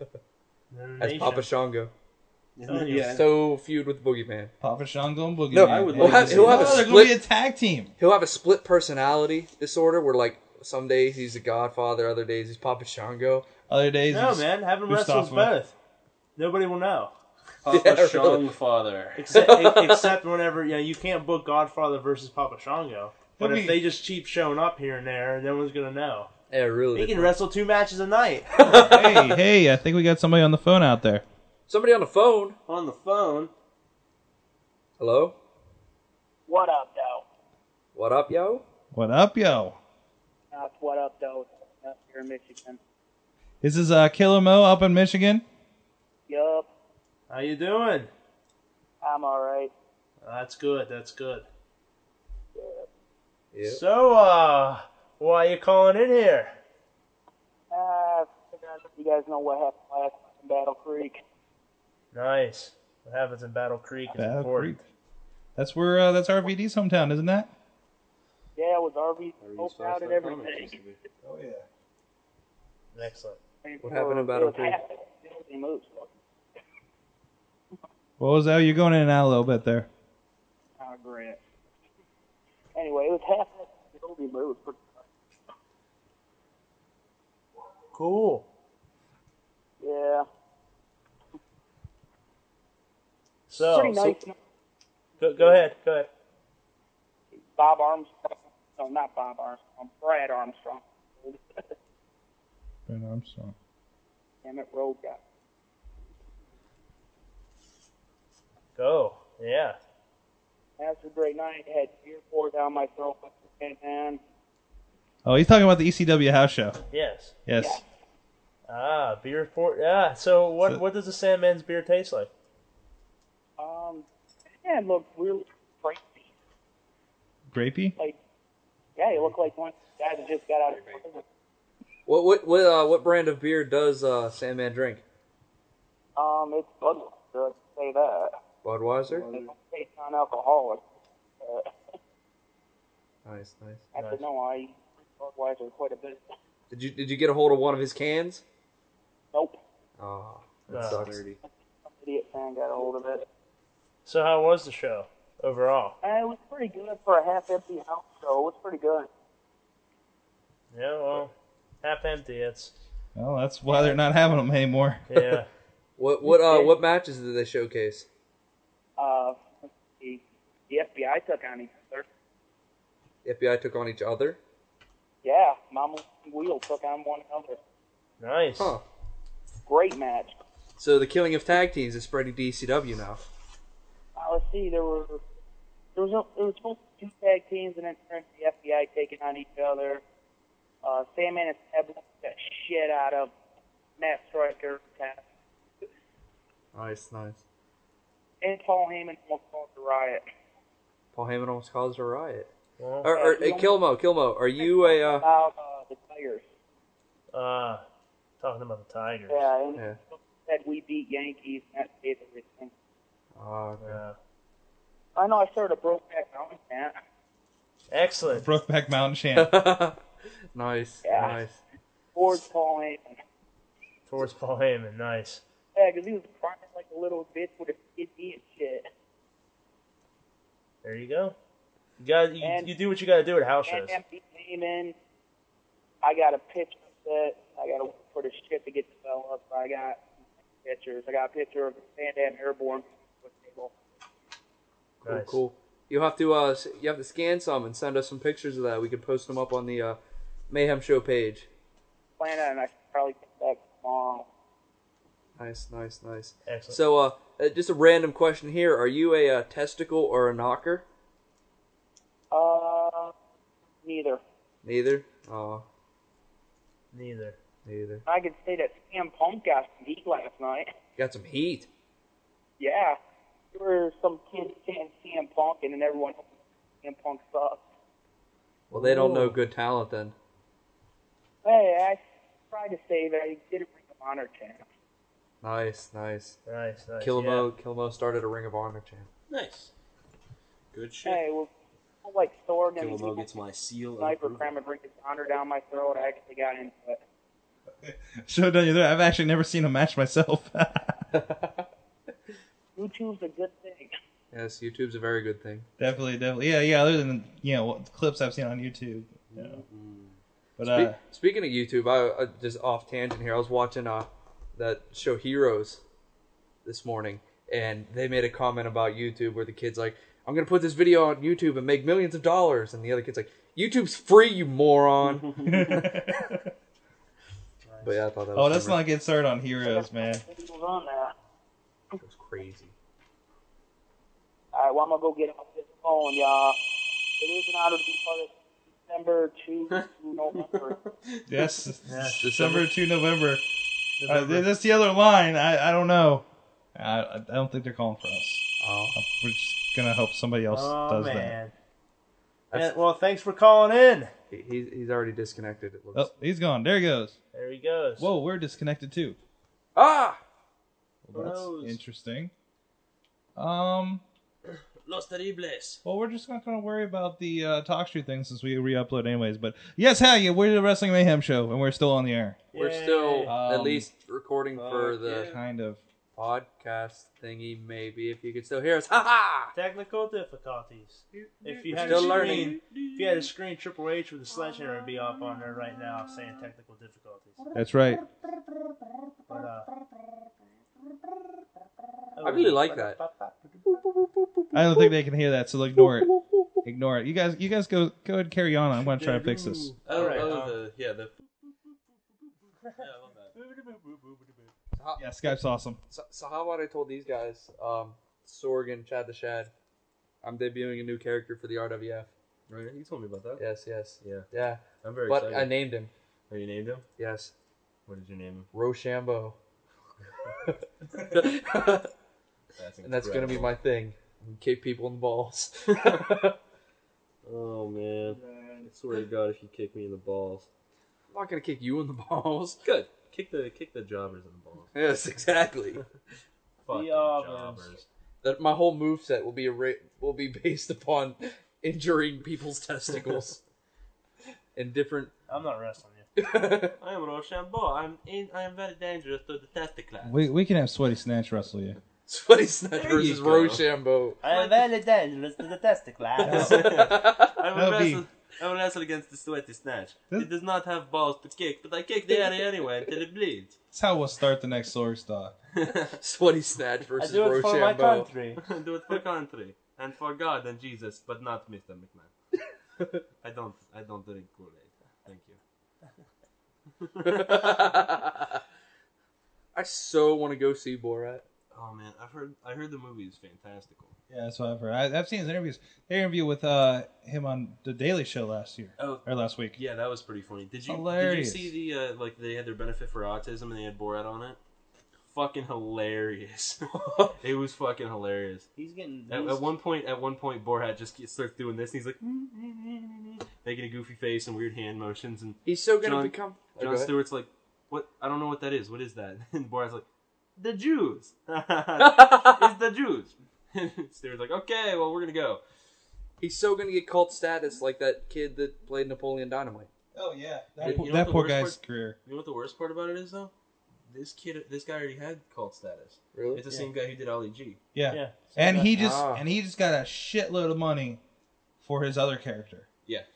The As nation. Papa Shango. Oh, yeah. So feud with Boogeyman. Papa Shango and Boogie. No, Man. I would Oh, he'll like have, to he'll see have a they're gonna be a split. tag team. He'll have a split personality disorder where like some days he's the Godfather, other days he's Papa Shango. Other days, No he's- man, have him wrestle Mustafa. as both. Nobody will know. Papa Yeah, really. Shung Father. Except, except whenever you know you can't book Godfather versus Papa Shango. But He'll if be- they just keep showing up here and there, no one's gonna know. Yeah, really. He can different. wrestle two matches a night. hey, hey, I think we got somebody on the phone out there. Somebody on the phone. On the phone. Hello? What up, though? What up, yo? What up, yo? That's what up, though. Up here in Michigan. This is uh, Killer Mo up in Michigan. Yup, How you doing? I'm alright. That's good. That's good. Yeah. So, uh, why you calling in here? Uh, you guys know what happened last night in Battle Creek. Nice. What happens in Battle Creek is Battle important. Creek. That's where uh, that's RVD's hometown, isn't that? Yeah, it was RV so Everybody's proud five-star and comic used everything. to be. Oh yeah. Excellent. What happened in Battle Creek? They moved. What was that? You're going in and out a little bit there. Oh, great. Anyway, it was half the building, but it was pretty Cool. Yeah. So, pretty so- nice. go, go ahead. Go ahead. Bob Armstrong. No, not Bob Armstrong. Brad Armstrong. Brad Armstrong. Damn it, road guy. Go. Yeah. That was a great night. I had beer poured down my throat. but I can't, Man, Oh, he's talking about the ECW house show. Yes. Yes. Ah, beer port. Yeah. So, what So- what does the Sandman's beer taste like? Um, yeah, it looked really crazy. Grapey. Like, yeah, it looked like one guy that just got out of prison. What what what uh, what brand of beer does uh, Sandman drink? Um, it's good. Let's say that. Budweiser. It's it's non-alcoholic. Uh, Nice, nice. I said no. I drink Budweiser quite a bit. Did you did you get a hold of one of his cans? Nope. Oh, No. that sucks. Nerdy. Some idiot fan got a hold of it. So, how was the show overall? Uh, it was pretty good for a half-empty house show. It was pretty good. Yeah. Well, half empty. It's Well, that's why they're not having them anymore. yeah. What what uh what matches did they showcase? Uh, the, the FBI took on each other. The FBI took on each other. Yeah, Mama Wheel took on one another. nice. Huh. Great match. So the killing of tag teams is spreading to ECW now. Uh, let's see, there were there was no, there was supposed to be two tag teams, and then turned to the FBI taking on each other. Uh, Sandman and Seb knocked the shit out of Matt Striker Nice, nice. and Paul Heyman almost caused a riot. Paul Heyman almost caused a riot. Well, Or, or, hey, Kilmo, Kilmo, are you a uh, About uh, the Tigers. uh, talking about the Tigers. Yeah, and Yeah. said we beat Yankees. And that says everything. oh, man. Yeah. I know I started a Brokeback Mountain Matt. Excellent. Brokeback Mountain Champ. nice, Yeah. nice. towards Paul Heyman. Towards Paul Heyman. Nice. Yeah, 'cause he was crying like a little bitch with a kidney and shit. There you go. You got you, And- you do what you got to do at house shows. And empty Heyman. I got a picture set. I got to wait for the shit to get developed. I got pictures. I got a picture of Sandam Airborne foot table. Cool, Nice. cool. You'll have to uh, s- you have to scan some and send us some pictures of that. We can post them up on the uh, Mayhem Show page. Plan on it, and I should probably get back tomorrow. Nice, nice, nice. Excellent. So, uh, uh, just a random question here: Are you a, uh testicle or a knocker? Uh, neither. Neither. Oh, Neither. neither. I could say that Sam Punk got some heat last night. Got some heat. Yeah. There were some kids saying CM Punk, and then everyone CM Punk sucks. Well, they don't know Ooh. good talent then. Hey, I tried to say that I didn't bring him on our channel. Nice, nice. Nice, nice. yeah. Killmo, Killmo started a Ring of Honor channel. Nice. Good shit. Hey, well, people like Sorg and Killamo people gets my seal of Sniper approval. cramming Ring of Honor down my throat. I actually got into it. Should have done you there. I've actually never seen a match myself. YouTube's a good thing. Yes, YouTube's a very good thing. definitely, definitely. Yeah, yeah. Other than you know what clips I've seen on YouTube. You know. But Spe- uh, Speaking of YouTube, I, I just off tangent here. I was watching uh that show Heroes this morning, and they made a comment about YouTube where the kid's like, "I'm gonna put this video on YouTube and make millions of dollars," and the other kid's like, "YouTube's free, you moron." uh, but yeah, I thought that. oh, was let's humor. not get started on Heroes, man. Videos on that. It was crazy. All right, well, I'm gonna go get off this phone, y'all. It is an honor to be part of December to November. Yes, Yeah. December to November. Uh, November. that's the other line. I, I don't know. I, I don't think they're calling for us. Oh, We're just gonna hope somebody else Oh does man. That's- Yeah, well, thanks for calling in. he, he's he's already disconnected. It looks. that. Oh, he's gone. There he goes. There he goes. Whoa, we're disconnected too. Ah, Well, that's Who knows? interesting. Um. Los Terribles. Well, we're just not going to worry about the uh, talk show thing since we re-upload anyways. But yes, how you? We're the Wrestling Mayhem show, and we're still on the air. we're Yay. still uh, at Um, least recording for fuck the yeah. Kind of. podcast thingy. Maybe if you could still hear us. Ha ha! Technical difficulties. If you We're had still a learning. screen, if you had a screen, Triple H with a sledgehammer would be off on there right now saying technical difficulties. That's right. But, uh, I really like that. I don't think they can hear that, so ignore it. Ignore it. You guys, you guys go go ahead and carry on. I'm going to try to fix this. I don't Alright, know um, Oh, the yeah the. Yeah, I love that. Yeah, Skype's awesome. So, so how about I told these guys, um, Sorg and Chad the Shad, I'm debuting a new character for the RWF. Right, you told me about that. Yes, yes, Yeah, yeah. I'm very But I excited. named him. oh, you named him? Yes, What did you name him? Rochambeau, That's and that's gonna be incredible. my thing. Kick people in the balls. Oh man, I swear to God, if you kick me in the balls. I'm not gonna kick you in the balls. Good. Kick the kick the jobbers in the balls. Yes, exactly. Fucking jobbers. jobbers. that my whole move set will be a ra- will be based upon injuring people's testicles. And different. I'm not wrestling you. I am Rochambeau. I'm in, I am very dangerous to the testicle. We we can have sweaty snatch wrestle you. Sweaty Snatch There you versus go. Rochambeau. I am very dangerous to the testicles. I That'll will be- wrestle. I will wrestle against the sweaty snatch. This- It does not have balls to kick, but I kick the area anyway until it bleeds. That's how we'll start the next Sorg talk. Sweaty Snatch I versus do it for my Rochambeau. country. Do it for country and for God and Jesus, but not Mr. McMahon. I don't. I don't drink Kool Aid. Thank you. I so want to go see Borat. Oh man, I've heard. I heard the movie is fantastical. Yeah, that's what I've heard. I, I've seen his interviews. They interview with uh, him on the Daily Show last year Oh. or last week. Yeah, that was pretty funny. Did you Hilarious. did you see the uh, like they had their benefit for autism and they had Borat on it? Fucking hilarious. it was fucking hilarious. He's getting. At, he's- at one point, at one point, Borat just gets, starts doing this, and he's like making a goofy face and weird hand motions, and He's so gonna John- become. Oh, John go ahead. Stewart's like, "What? I don't know what that is. What is that?" And Borat's like, "The Jews. it's the Jews." Stewart's like, "Okay, well, we're gonna go." He's so gonna get cult status like that kid that played Napoleon Dynamite. Oh yeah, You that, know poor- what that the poor worst guy's part- career. You know what the worst part about it is though? This kid, this guy already had cult status. Really? It's the same guy who did Ollie G. Yeah. Yeah. and he just Ah. and he just got a shitload of money for his other character.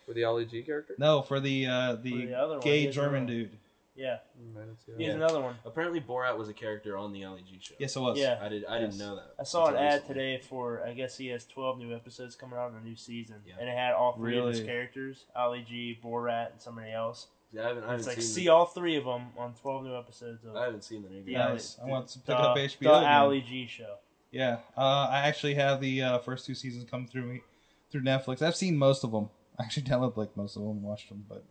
For the Ollie G character? No, for the uh, the, the other one, gay he's German wrong. dude. Yeah, he's Yeah. another one. Apparently, Borat was a character on the LEG show. Yes, it was. Yeah. I did. I Yes. didn't know that. I saw an until ad recently. today for I guess he has twelve new episodes coming out in a new season, Yeah. and it had all three of his Really? characters: Ali G, Borat, and somebody else. Yeah, I haven't. I haven't It's like seen. see all three of them on twelve new episodes of the, I haven't seen the new guy. Yeah. Nice. I want to pick the, it up HBO. the again. Ali G show. Yeah, uh, I actually have the uh, first two seasons come through me through Netflix. I've seen most of them. I actually downloaded like most of them, and watched them, but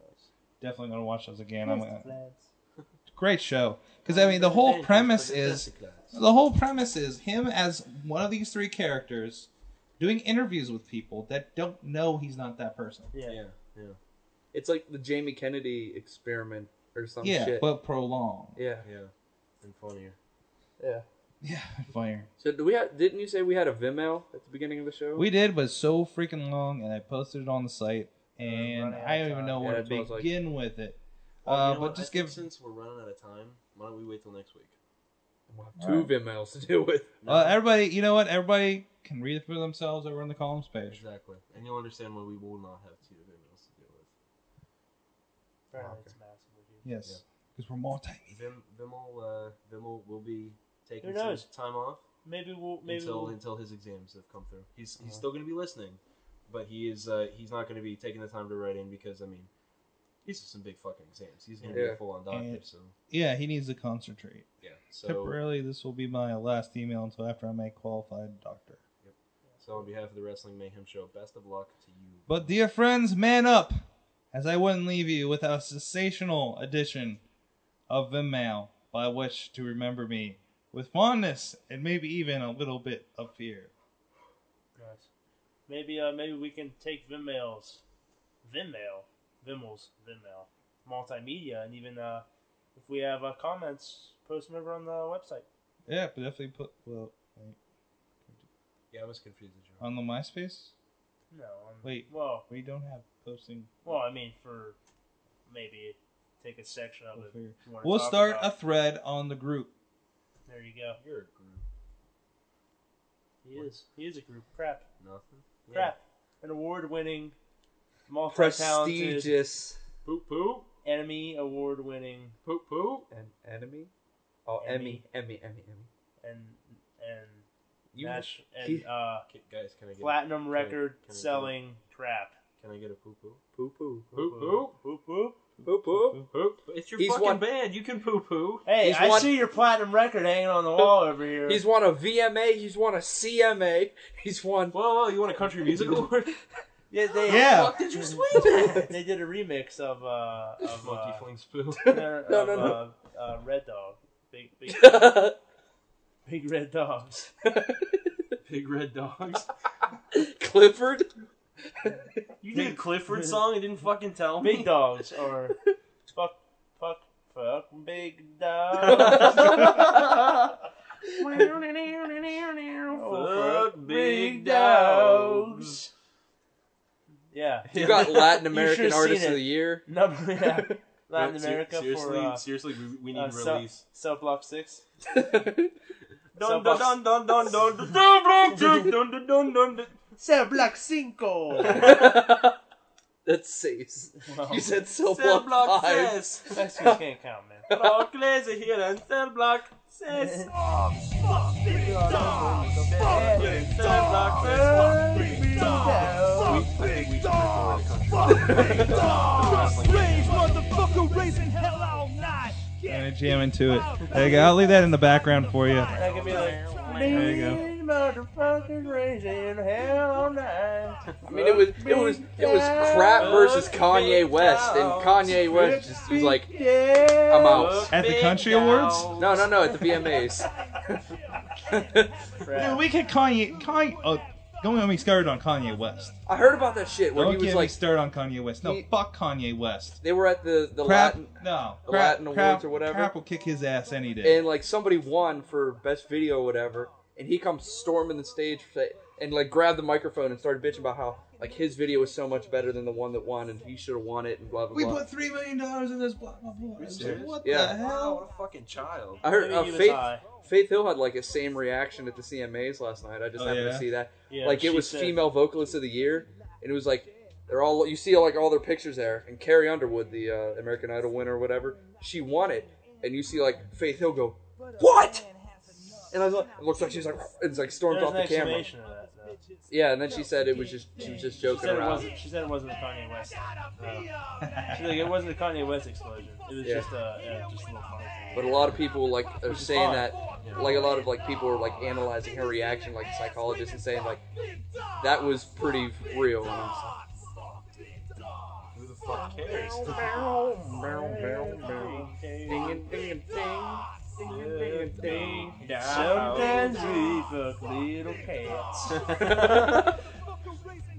definitely gonna watch those again. I'm, uh, great show because I mean the whole premise is the whole premise is him as one of these three characters doing interviews with people that don't know he's not that person. Yeah. Yeah, yeah. It's like the Jamie Kennedy experiment or some yeah, Oh, shit. but prolonged. yeah, Yeah, and funnier. yeah. Yeah, fire. So do we have? Didn't you say we had a Vimeo at the beginning of the show? We did was so freaking long, and I posted it on the site, and running out I of don't even time. know Yeah, where that's what I was to like- begin with it. Well, uh, Oh, you know but what? I just think give Since we're running out of time, why don't we wait till next week? We'll have two Vimeos to do with. Well, uh, everybody, you know what? Everybody can read it for themselves over in the columns page. Exactly, and you'll understand why we will not have two Vimos to deal with. Oh, Apparently it's massively huge. Yes, because we're multi. Vim, Vimal, uh, Vimal will be taking Who some knows? time off Maybe we'll maybe until we'll, Uh-huh. until his exams have come through. He's he's still going to be listening, but he is uh, he's not going to be taking the time to write in because I mean, these are some big fucking exams. He's going to be Yeah. a full on doctor, And- so Yeah, he needs to concentrate. yeah. So Temporarily, this will be my last email until after I am a qualified doctor. so on behalf of the Wrestling Mayhem Show, best of luck to you. But dear friends, man up, as I wouldn't leave you without a sensational edition of Vimmail by which to remember me with fondness and maybe even a little bit of fear. nice. maybe uh maybe we can take Vimmail's Vimmail Vimmels Vimmail multimedia and even uh if we have uh, comments post them over on the website. Yeah, but definitely put well wait, Yeah, I was confused as you. on the MySpace. No. um, Wait. Well, We don't have posting. well, I mean for maybe take a section of it. We'll if you wanna We'll talk start a about- thread on the group. there you go. You're a group. He is. He is a group. Crap. Nothing. Yeah. Crap. An award-winning, multi-talented, Prestigious Poop poop Emmy award-winning, poop poop. and enemy. Oh, Emmy, Emmy, Emmy. Emmy, Emmy. and and You Nash he- and uh, Okay, guys, can I get platinum a, record can I, can I selling crap. Get a, can I get a poop poop? poo poo Poop poop Whoop, whoop. poo poo. poop. It's your He's fucking one- band. You can poo poo. Hey, He's I won- see your platinum record hanging on the wall over here. He's won a VMA. He's won a CMA. He's won. Whoa, whoa! You want a country music award? yeah, they, Yeah. Fuck, did you swing that? they did a remix of uh of Monkey uh, flings poo. of, No, no, no. Uh, uh, Red Dog, big big big Red Dogs. Big red dogs. Clifford. You did a Clifford song and didn't fucking tell me. Big dogs or fuck, fuck, fuck, big dogs. Fuck big dogs. Yeah. You got Latin You should've American seen Artist of it. the Year. Number yeah. Latin No, ser- America seriously, for uh, seriously, we, we need uh, so- release. Cell Block Six. Dun Cell dun dun dun dun dun dun dun dun dun dun dun dun dun. Cell Block Cinco. That's safe. Wow. You said so Cell block, block five. says. Mexicans can't count, man. Block laser here and cell block says. Cell block says. I'm gonna jam into it. There you go. I'll leave that in the background for you. That could be like, there you go. motherfucking raising hell all night. I mean, it was it was it was crap versus Kanye West, and Kanye West just was like, Yeah. I'm out. At the country awards. No, no, no, at the VMAs. Dude, Crap. we could Kanye. Kanye. Oh, don't get me started on Kanye West. I heard about that shit when Don't he get was me like, started on Kanye West. No, He- fuck Kanye West. they were at the the Crap. Latin, No. the Crap, Latin crap, Awards or whatever. Crap will kick his ass any day. and like somebody won for best video or whatever, and he comes storming the stage fa- and like grabbed the microphone and started bitching about how like his video was so much better than the one that won, and he should have won it, and blah blah we blah. put three million dollars in this blah blah blah. It's like, serious? what Yeah. the hell? What a fucking child. I heard Maybe uh, he was Faith high. Faith Hill had like a same reaction at the CMAs last night. I just Oh, happened yeah? to see that. Yeah, like it she was said- female vocalist of the year, and it was like They're all you see like all their pictures there, and Carrie Underwood, the uh, American Idol winner or whatever, she won it, and you see like Faith Hill go, "What?" And I was like, it looks like she's like, and it's like storms There's off an the camera. explanation of that. Though. She Yeah, and then she said it was just she was just joking said it around. wasn't. She said it wasn't a Kanye West. She's like, it wasn't a Kanye West explosion. It was Yeah. just a yeah, just a little party. But a lot of people like are is saying odd. that, like a lot of like people are like analyzing her reaction, like psychologists, and saying like that was pretty real. And I was like, Who the fuck cares? Sometimes we fuck little cats.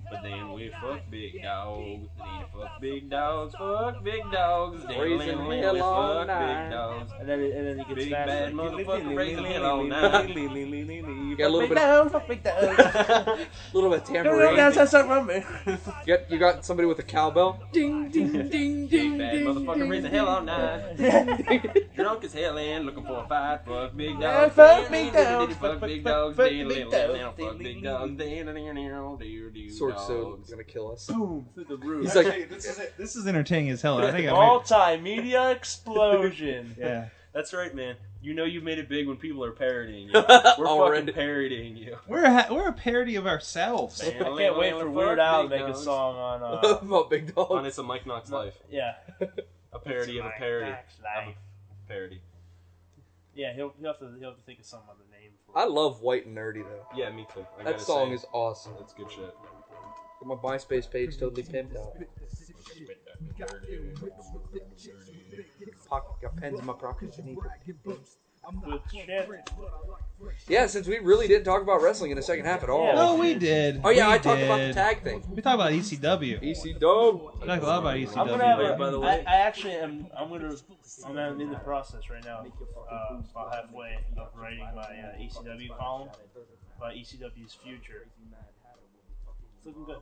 But then we fuck big dogs. Then fuck big dogs. Fuck big dogs. Then Raising we hell all fuck night. big dogs. And then, it- and then he gets Big back. bad like, motherfucker raising hell all night. You Got a little bit- Fuck big dogs, fuck big dogs. a little bit of Don't tambourine. suck my man. You got, you got somebody with a cowbell. Ding ding ding ding Bad ding. motherfucker raising hell all night. Drunk as hell and looking for a fight. Fuck big Yeah, dogs. fuck big dogs. Fuck big dogs. Fuck Then big little dogs. little Fuck big dogs. Then little little do Sword so dogs. gonna kill us. Boom through the roof. He's like, this is this is entertaining as hell. I think I made, Multimedia explosion. yeah. That's right, man. You know you made it big when people are parodying you. We're We're already. fucking parodying you. We're a, ha- we're a parody of ourselves. Man, I can't wait for fuck Weird Al to big make a dogs. song on. Uh, about big On dog. It's a Mike Knox Life. yeah. A parody of a parody. Parody. Yeah, he'll, he'll have to he'll have to think of some other name for it. I love White and Nerdy though. Yeah, me too. I That gotta song say, is awesome. That's good shit. My MySpace page totally pimped out. Pocket got pens in my pocket. Good shit. Yeah, since we really didn't talk about wrestling in the second half at all. Yeah. No, we did. Oh yeah, We I talked about the did. tag thing. We talked about ECW. EC Dog. I talked a lot about E ECW. I'm gonna have Wait, a, by the way- I, I actually am. I'm gonna. I'm, I'm in the process right now. Uh, about halfway of writing my uh, ECW column about ECW's future. It's looking good.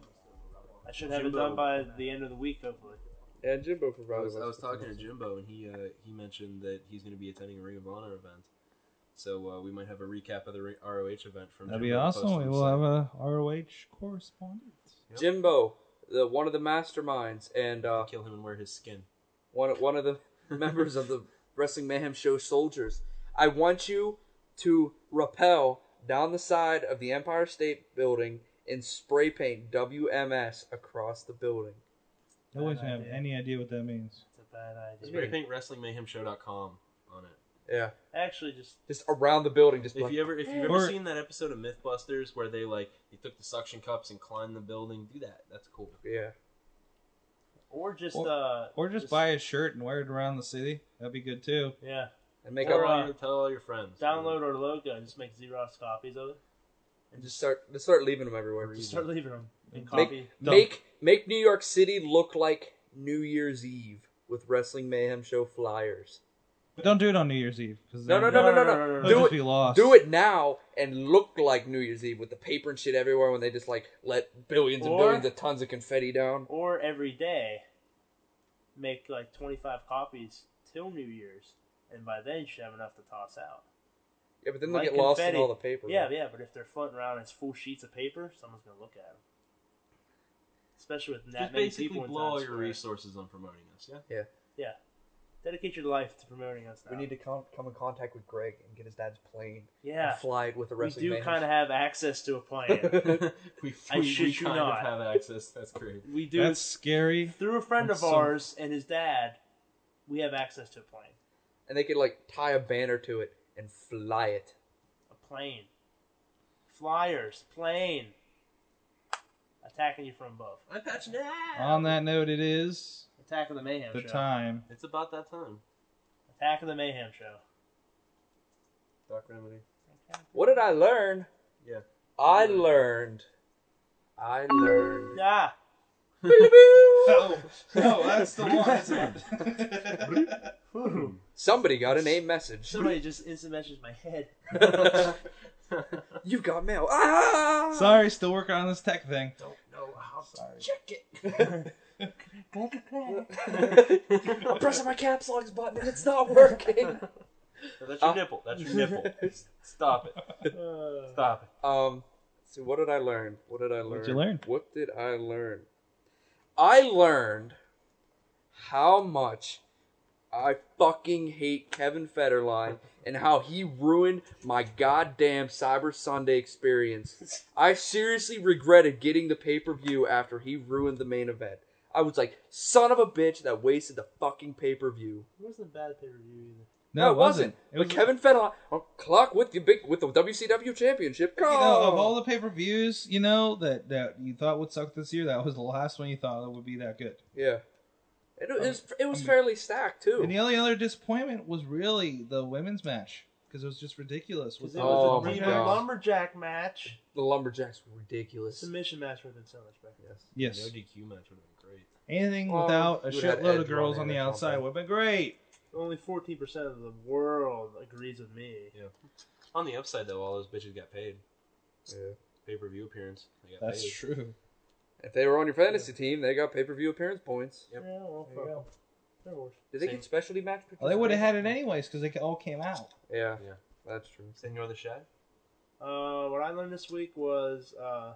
I should have it done by the end of the week, hopefully. Yeah, Jimbo I provided. was, I was talking to Jimbo, and he uh, he mentioned that he's going to be attending a Ring of Honor event. So uh, we might have a recap of the Ring- ROH event from. That'd be Jimbo awesome. We posted, will so- have a ROH correspondent. Jimbo, the one of the masterminds and uh, kill him and wear his skin. one one of the members of the Wrestling Mayhem Show soldiers. I want you to rappel down the side of the Empire State Building and spray paint WMS across the building. No one's gonna have any idea what that means. It's a bad idea. Spray paint WrestlingMayhemShow.com on it. Yeah, Actually, just just around the building. Just If like, you ever if you've ever Or- seen that episode of MythBusters where they like they took the suction cups and climbed the building, do that. That's cool. yeah, or just Or- uh. Or just buy a shirt and wear it around the city. That'd be good too. Yeah. and make Tell, Or, up all uh, your, tell all your friends. Download our logo and just make Xerox copies of it. and just start just start leaving them everywhere. Just start leaving them and make copy. make make New York City look like New Year's Eve with Wrestling Mayhem Show flyers. But don't do it on New Year's Eve. 'cause No, no, then no, no, no, no, no, no. no. They'll Do just be it. lost. Do it now and look like New Year's Eve with the paper and shit everywhere when they just like let billions and Or- billions of tons of confetti down. or every day make like 25 copies till new year's and by then you should have enough to toss out Yeah, but then they Like get lost in confetti. all the paper. yeah yeah but if they're floating around as full sheets of paper someone's gonna look at them especially with that Just many basically people in blow Times all your Square. resources on promoting us. Yeah. yeah dedicate your life to promoting us now. We need to con- come in contact with Greg and get his dad's plane yeah and fly it with the we rest do of kind of have access to a plan we I we, shit we you kind not. of have access. That's great. we do That's scary. through a friend That's of so- ours and his dad we have access to a plane And they could like tie a banner to it and fly it. a plane. Flyers, plane. Attacking you from above. I'm patching it. On that note, it is Attack of the Mayhem the Show. time. It's about that time. Attack of the Mayhem Show. Doc Remedy. What did I learn? Yeah. I learned. I learned. Yeah. Oh, no, that's the one. Somebody got an A message. Somebody just instant messaged my head. You've got mail. Ah! Sorry, still working on this tech thing. I'm pressing my caps locks button and it's not working. That's your Ah. nipple. That's your nipple. Stop it. Stop it. um, so what did I learn? What did I learn? you learn? What did I learn? I learned how much I fucking hate Kevin Federline and how he ruined my goddamn Cyber Sunday experience. I seriously regretted getting the pay per view after he ruined the main event. I was like, son of a bitch, that wasted the fucking pay per view. It wasn't a bad pay per view either. No, it wasn't. It was but Kevin Federline, I'll clock with the big with the WCW championship. You Come know, of all the pay per views, you know that that you thought would suck this year, that was the last one you thought would be that good. yeah, it, it was it was I'm- fairly stacked too. Um, And the only other disappointment was really the women's match because it was just ridiculous. With Because the, it was Oh a my Demon God. lumberjack match. The Lumberjacks were ridiculous. Submission match would have been so much better. Yes. yes, No DQ match would have been great. anything Well, without a you would've had shitload Edge of girls running on the or outside something. would have been great. Only 14% of the world agrees with me. On the upside, though, all those bitches got paid. Yeah. Pay per view appearance. They got That's paid. true. If they were on your fantasy team, they got pay per view appearance points. Yep. Yeah, well, There you fuck them. go. They're worse. Did they Same. get specialty match? Well, Oh, they would have had it anyways because they all came out. Yeah, Yeah. that's true. Senor the Shad? Uh, what I learned this week was uh,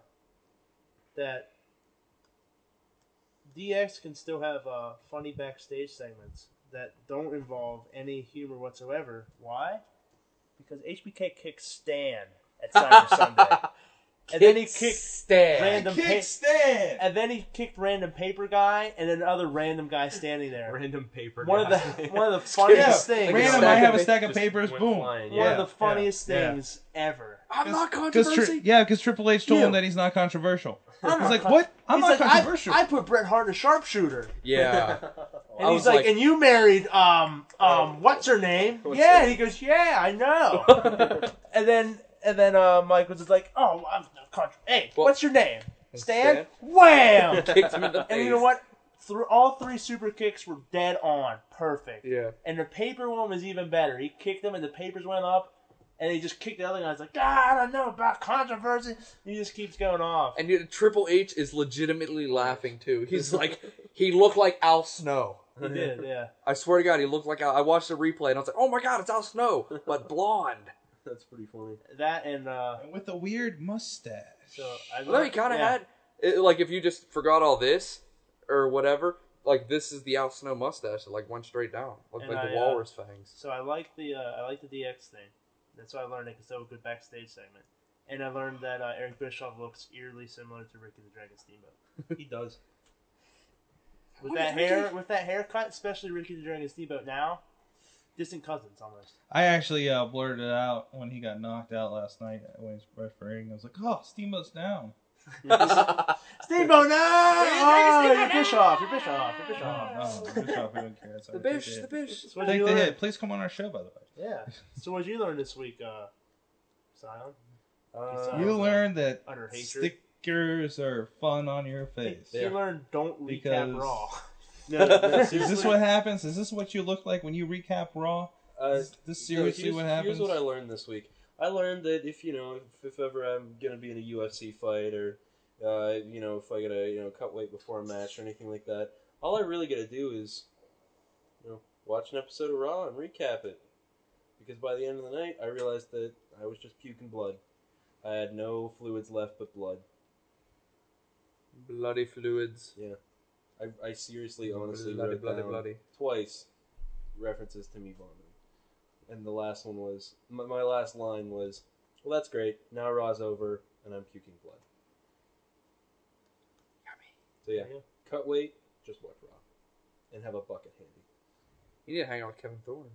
that DX can still have uh, funny backstage segments that don't involve any humor whatsoever. Why? Because HBK kicks Stan at Cyber Sunday, and then he kicked Stan. random pa- Kickstand. and then he kicked random paper guy and another random guy standing there. Random paper. One of the guy. one of the funniest Yeah, things. Like a random. I stack have of a pa- stack of just papers. went Boom. flying, One yeah. of the funniest yeah. things ever. I'm not Because tri- controversy. yeah, because Triple H told You. him that he's not controversial. I'm He's not like, con- "What? I'm He's not like, I- controversial." I put Bret Hart in a sharpshooter. yeah. And I he's was like, like- Oh, and you married um um what's her name? yeah. He goes, yeah, I know. and then and then uh, Mike was just like, oh, I'm no country. Hey, Well- what's your name? Stan. Stan. Wham! Kicked him in the face. and you know what? Through all three super kicks were dead on, perfect. Yeah. And the paper one was even better. He kicked them, and the papers went up. And he just kicked the other guy. He's like, ah, I don't know about controversy. He just keeps going off. And you Triple H is legitimately laughing too. He's like, he looked like Al Snow. He did, yeah. I swear to God, he looked like Al. I watched the replay and I was like, oh my God, it's Al Snow, but blonde. That's pretty funny. That and uh, with a weird mustache. so I Well, no, he kind of yeah. had it, like if you just forgot all this or whatever. Like this is the Al Snow mustache that like went straight down, looked And like I, the uh, walrus fangs. So I like the uh, I like the DX thing. That's why I learned I could still have a good backstage segment. And I learned that uh, Eric Bischoff looks eerily similar to Ricky the Dragon Steamboat. He does. With What that is Ricky? hair, with that haircut, especially Ricky the Dragon Steamboat now, distant cousins almost. I actually uh, blurted it out when he got knocked out last night when he was refereeing. I was like, "Oh, Steamboat's down." Steamboat now! Ah, Oh, you're Bischoff, you're Bischoff, you're Oh, Bischoff. no, the bitch off, I don't care. Sorry, The take bish, the hit. bish. So what did Take you the learn? hit. Please come on our show, by the way. Yeah. So what did you learn this week, uh, Sion? Uh, You learned that Utter hatred. stickers are fun on your face. You learned don't Because- recap Raw. no, no, Is this what happens? Is this what you look like when you recap Raw? Uh, Is this seriously here's, what Here's happens? what I learned this week. I learned that if you know, if, if ever I'm gonna be in a UFC fight or, uh, you know, if I gotta you know cut weight before a match or anything like that, all I really gotta do is, you know, watch an episode of Raw and recap it, because by the end of the night I realized that I was just puking blood. I had no fluids left but blood. Bloody fluids. I, I seriously, honestly, Bloody, wrote bloody, down bloody. twice references to me vomiting, and the last one was my, my last line was, "Well, that's great. Now Raw's over, and I'm puking blood." So yeah, There you cut weight, just watch Raw, and have a bucket handy. You need to hang out with Kevin Thorne.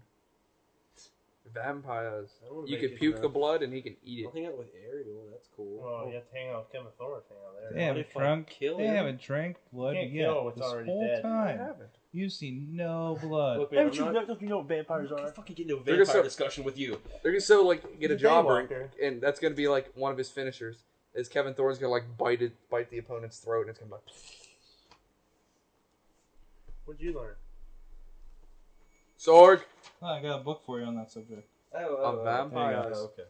Vampires. I don't wanna You make can it puke about- the blood and he can eat I'll it. hang out with Ariel. That's cool. Well, you have to hang out with Kevin Thorne if you hang out there. They Yeah, haven't if I drunk. kill They him? haven't drank blood Can't yet. kill what's this already whole dead. time, you've seen no blood. Look, man, Haven't I'm you, not don't you know what vampires I'm are? not fucking getting into a They're gonna vampire start- discussion with you. They're gonna so like get a He's a jobber, and, daywalker. and that's gonna be like one of his finishers. Is Kevin Thorne's gonna like bite it, bite the opponent's throat, and it's gonna be like What'd you learn? Sorg. Oh, I got a book for you on that subject. Oh, oh, oh, vampire. Okay.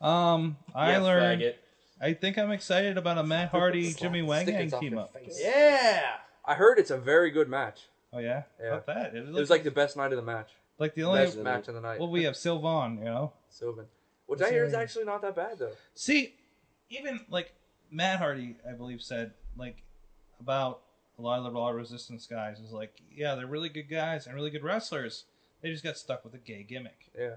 Oh, Um, I Yeah, learned. faggot. I think I'm excited about a Matt Hardy Jimmy Slap stickers Wangan off team your up. face. Yeah. I heard it's a very good match. Oh yeah, Yeah. Not that. It was, It was like the best night of the match. like the only Best match of the night. well we have Sylvan, you know. Sylvan, which What's I hear her is name? actually not that bad though. See, even like Matt Hardy, I believe said like about a lot of the Raw Resistance guys is like, yeah, they're really good guys and really good wrestlers. They just got stuck with a gay gimmick. Yeah.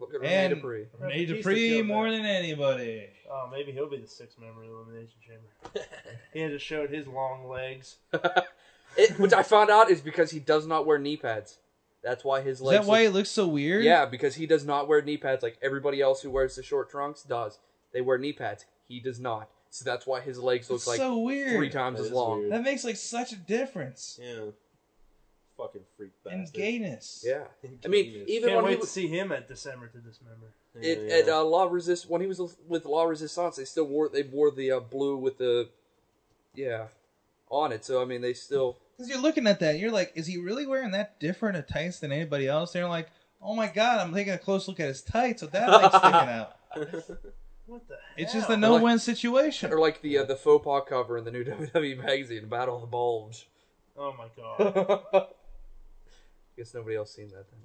Look at Rene And- Dupree. Renee Batista Dupree killed more that. than anybody. Oh, maybe he'll be the sixth member of the Elimination Chamber. he had to show his long legs. It, which I found out is because he does not wear knee pads. That's why his Is legs. that why look- it looks so weird? yeah, because he does not wear knee pads like everybody else who wears the short trunks does. They wear knee pads. He does not. So that's why his legs look it's like so weird. three times That as is long. weird. That makes like such a difference Yeah. Fucking freak in bastard. gayness. Yeah. I mean, Gayness. even Can't when he wait to was see him at December to dismember. Yeah, it, yeah. at uh, Law Resist when he was with Law Resistance, they still wore they wore the uh, blue with the yeah on it. So I mean, they still Because you're looking at that, and you're like, is he really wearing that different of tights than anybody else? They're like, oh my god, I'm taking a close look at his tights with that leg sticking out. uh, What the hell? It's just a no- no-win situation. or like the uh, the faux pas cover in the new WWE magazine, Battle of the Bulge. Oh my god. Guess nobody else seen that then.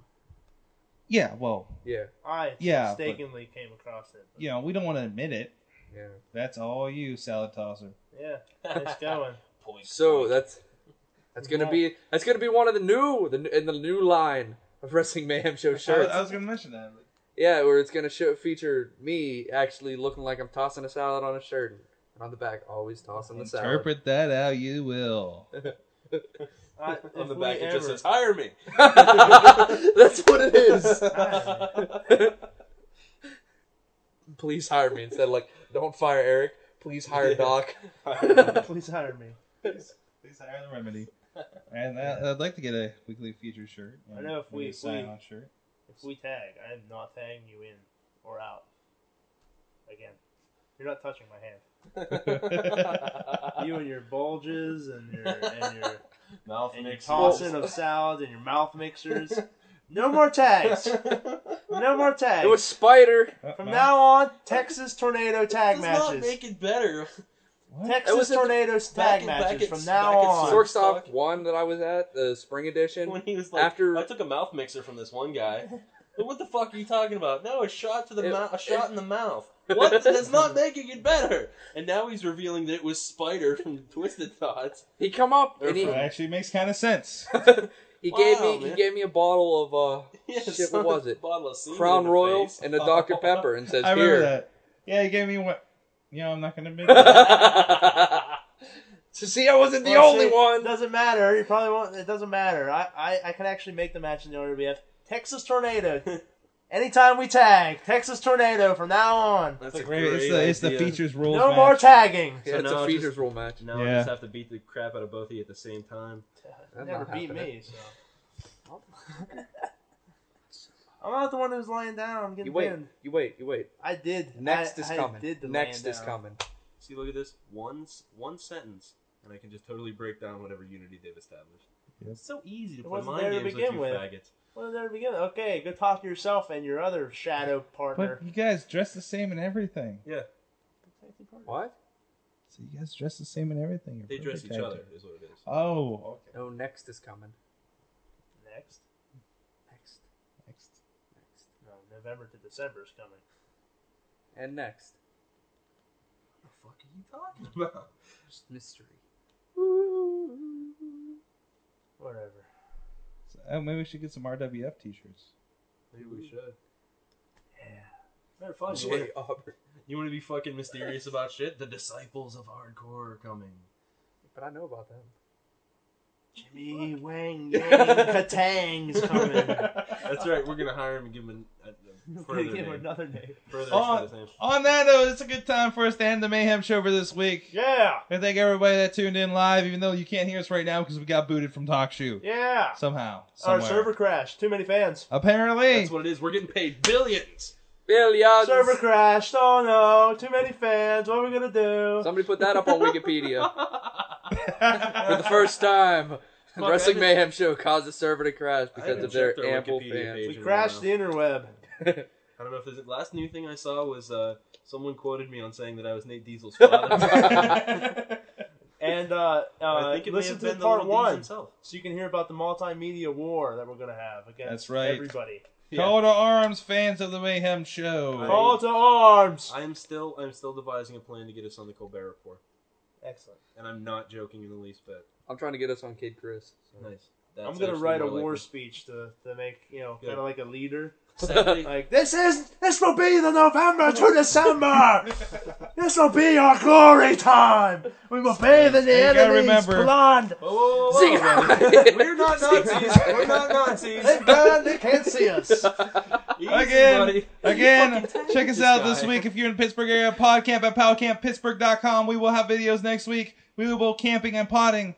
Yeah, well, Yeah, I Yeah, but- mistakenly came across it. but- you know, we don't want to admit it. yeah. That's all you, salad tosser. Yeah, nice going. Point. So that's that's gonna be that's gonna be one of the new the in the new line of Wrestling Mayhem Show I, shirts. I was gonna mention that. Yeah, where it's gonna show feature me actually looking like I'm tossing a salad on a shirt, and on the back always tossing the salad. Interpret that how you will. I, on if the we back, it ever, just says, hire me. That's what it is. Hire Please hire me instead. of Like, don't fire Eric. Please hire Yeah. Doc. me, please hire me. Please hire the remedy. And that, I'd like to get a weekly feature shirt. I know if we- Maybe a if we- sign-on shirt. If we tag, I am not tagging you in or out. Again, you're not touching my hand. You and your bulges and your and your Mouth and your mixes. tossing of salad and your mouth mixers. No more tags. No more tags. It was Spider. Uh, From uh, now on, Texas tornado tag Does not matches. make it better. Texas It was a- tornadoes back tag in- back matches. in- From now back in on, Sork- Shortstop one that I was at the spring edition. When he was like, After- I took a mouth mixer from this one guy. But what the fuck are you talking about? No, a shot to the It- mouth, a shot in the mouth. What? That's not making it better. And now he's revealing that it was Spider from Twisted Thoughts. He come up and he, That actually makes kind of sense. he gave Wow, me man. he gave me a bottle of uh, Yeah, Shit, what son, was it? Bottle of semen in Crown the Royal face. and a Dr Pepper and says I remember here. that. Yeah, he gave me one. You know, I'm not gonna make it. to see, I wasn't the Oh, Well, only see, one. Doesn't matter. You probably won't. It doesn't matter. I, I, I can actually make the match in the RWF. Texas tornado. Anytime we tag, Texas tornado from now on. That's It's, great, it's, the, it's the features rules. No match. more tagging. Yeah, So it's now a it's features just- rule match. Now I I Yeah. just just have to beat the crap out of both of you at the same time. That's Never not beat happening. me. So. I'm not the one who's laying down. I'm You getting wait. pinned. You wait. You wait. I did. Next I, is I coming. Did the Next laying is down. coming. See, look at this. One, s- one sentence, and I can just totally break down whatever unity they've established. It's so easy to play wasn't there mind to games with you begin with. faggots. Well, there we go. Okay, go talk to yourself and your other shadow partner. But you guys dress the same in everything. Yeah, What? So you guys dress the same in everything. You're they dress perfect each at other, it. is what it is. Oh, okay. No. Next is coming. Next. Next. Next. Next. No, November to December is coming. And next. What the fuck are you talking about? Just mystery. Whatever. So, uh, maybe we should get some RWF t-shirts. Maybe we should. Matter of fact, Jay Auburn. You want to be fucking mysterious about shit? The disciples of hardcore are coming. But I know about them. Jimmy Wang Yang Katang's coming. That's right. We're gonna hire him and give him a, a, a further Give him name. another name. Further Oh. extra name. On that note, it's a good time for us to end the Mayhem Show for this week. Yeah, I thank everybody that tuned in live, even though you can't hear us right now because we got booted from TalkShoe yeah. somehow. Our somewhere. server crashed. Too many fans. Apparently, That's what it is. We're getting paid billions. Billions. Server crashed. Oh no. Too many fans. What are we gonna do? Somebody put that up on Wikipedia for the first time. Wrestling every- Mayhem show caused the server to crash because haven't of their checked our ample Wikipedia fans. page. we in a crashed the while. interweb. I don't know if there's the last new thing I saw was uh, someone quoted me on saying that I was Nate Diesel's father. And uh, I uh think it listen may to have been part the little D's one, himself. so you can hear about the multimedia war that we're gonna have against That's right. everybody. call to arms, fans of the Mayhem Show. Right. Call to arms. I'm still I'm still devising a plan to get us on the Colbert Report. Excellent. and I'm not joking in the least bit. I'm trying to get us on Kid Chris. Nice. I'm gonna write a war speech to, to make you know Good. kind of like a leader. Sadly, Like this is this will be the November to December. this will be our glory time. We will bathe in the You gotta enemy's remember- blood. whoa, whoa, whoa, whoa, buddy. We're not Nazis. We're not Nazis. Thank God they can't see us. Easy, Again, buddy. again, check us out This this guy. week. If you're in the Pittsburgh area, PodCamp at PowCampPittsburgh.com. We will have videos next week. We will go camping and potting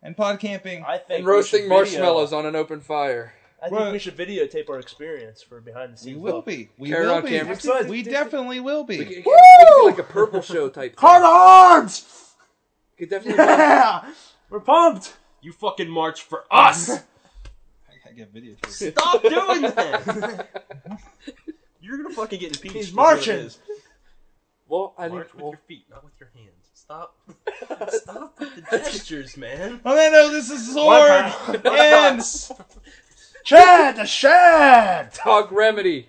and pod camping. I think And we roasting should marshmallows Video, on an open fire. I think Right. we should videotape our experience for behind the We scenes. will be. We Carry will on be. camera. We definitely will We could, be. we could do like a purple show type. Heart thing. arms. Could definitely. Yeah, we're pumped. You fucking march for us. I gotta get video. Stop doing that. You're gonna fucking get impeached. He's is what it marching. is. Well, I need. March with Well, your feet, not with your hands. Stop. Stop with the gestures, man. Orlando, this is Sword and Chad the Shad. dog remedy,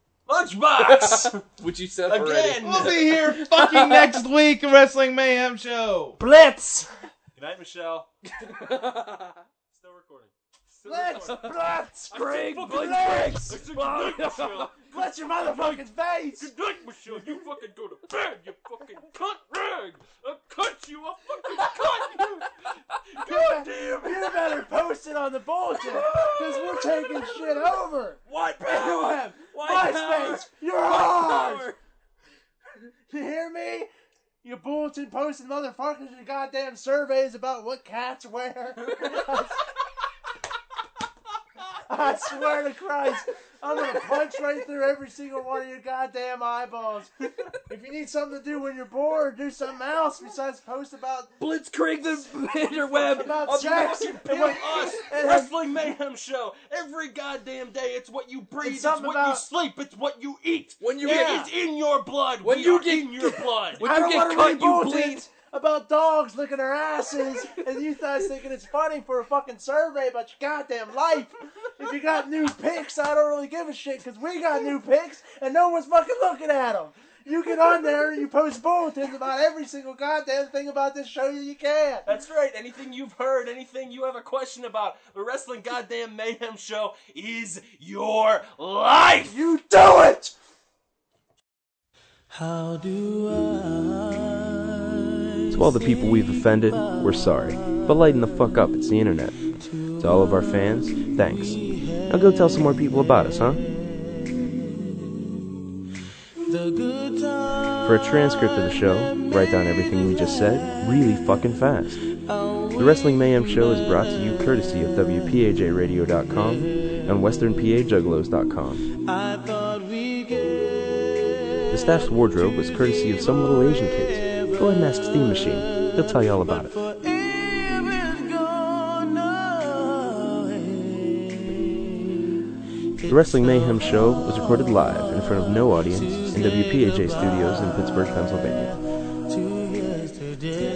Lunchbox. which you said already. Again. we'll be here fucking next week. Wrestling Mayhem Show. Blitz. Good night, Michelle. Still recording. Blitz. Blitz. Greg. fucking Blitz. Good night, Michelle. Blitz your motherfucking face. Good night, Michelle. You fucking go to bed. You fucking cunt rag. A cunt. You a fucking cunt. You. God damn it. You better post it on the bulletin because we're taking shit over. White You power. have MySpace. You're ours. You hear me? You bulletin posting motherfuckers your goddamn surveys about what cats wear. I swear to Christ, I'm gonna punch right through every single one of your goddamn eyeballs. If you need something to do when you're bored, do something else besides post about Blitzkrieg the interweb. about sex fucking and what us and- wrestling mayhem show every goddamn day. It's what you breathe. It's, something what you about- sleep. It's what you eat. When you it get- is in your blood. When we you are get- in your blood. When I you don't get want cut, to read you bulletins bleed. about dogs licking their asses, and you guys thinking it's funny for a fucking survey about your goddamn life. If you got new pics, I don't really give a shit because we got new pics, and no one's fucking looking at them. You get on there and you post bulletins about every single goddamn thing about this show that you can. That's right. Anything you've heard, anything you have a question about, the wrestling goddamn mayhem show is your life. You do it. To all the people we've offended, we're sorry. But lighten the fuck up, it's the internet. To all of our fans, thanks. Now go tell some more people about us, huh? For a transcript of the show, write down everything we just said really fucking fast. The Wrestling Mayhem Show is brought to you courtesy of WPAJRadio.com and WesternPAJuggalos.com. The staff's wardrobe was courtesy of some little Asian kids. Go ahead and ask Steam Machine. They'll tell you all about it. The Wrestling Mayhem Show was recorded live in front of no audience in WPHA studios in Pittsburgh, Pennsylvania. to yesterday.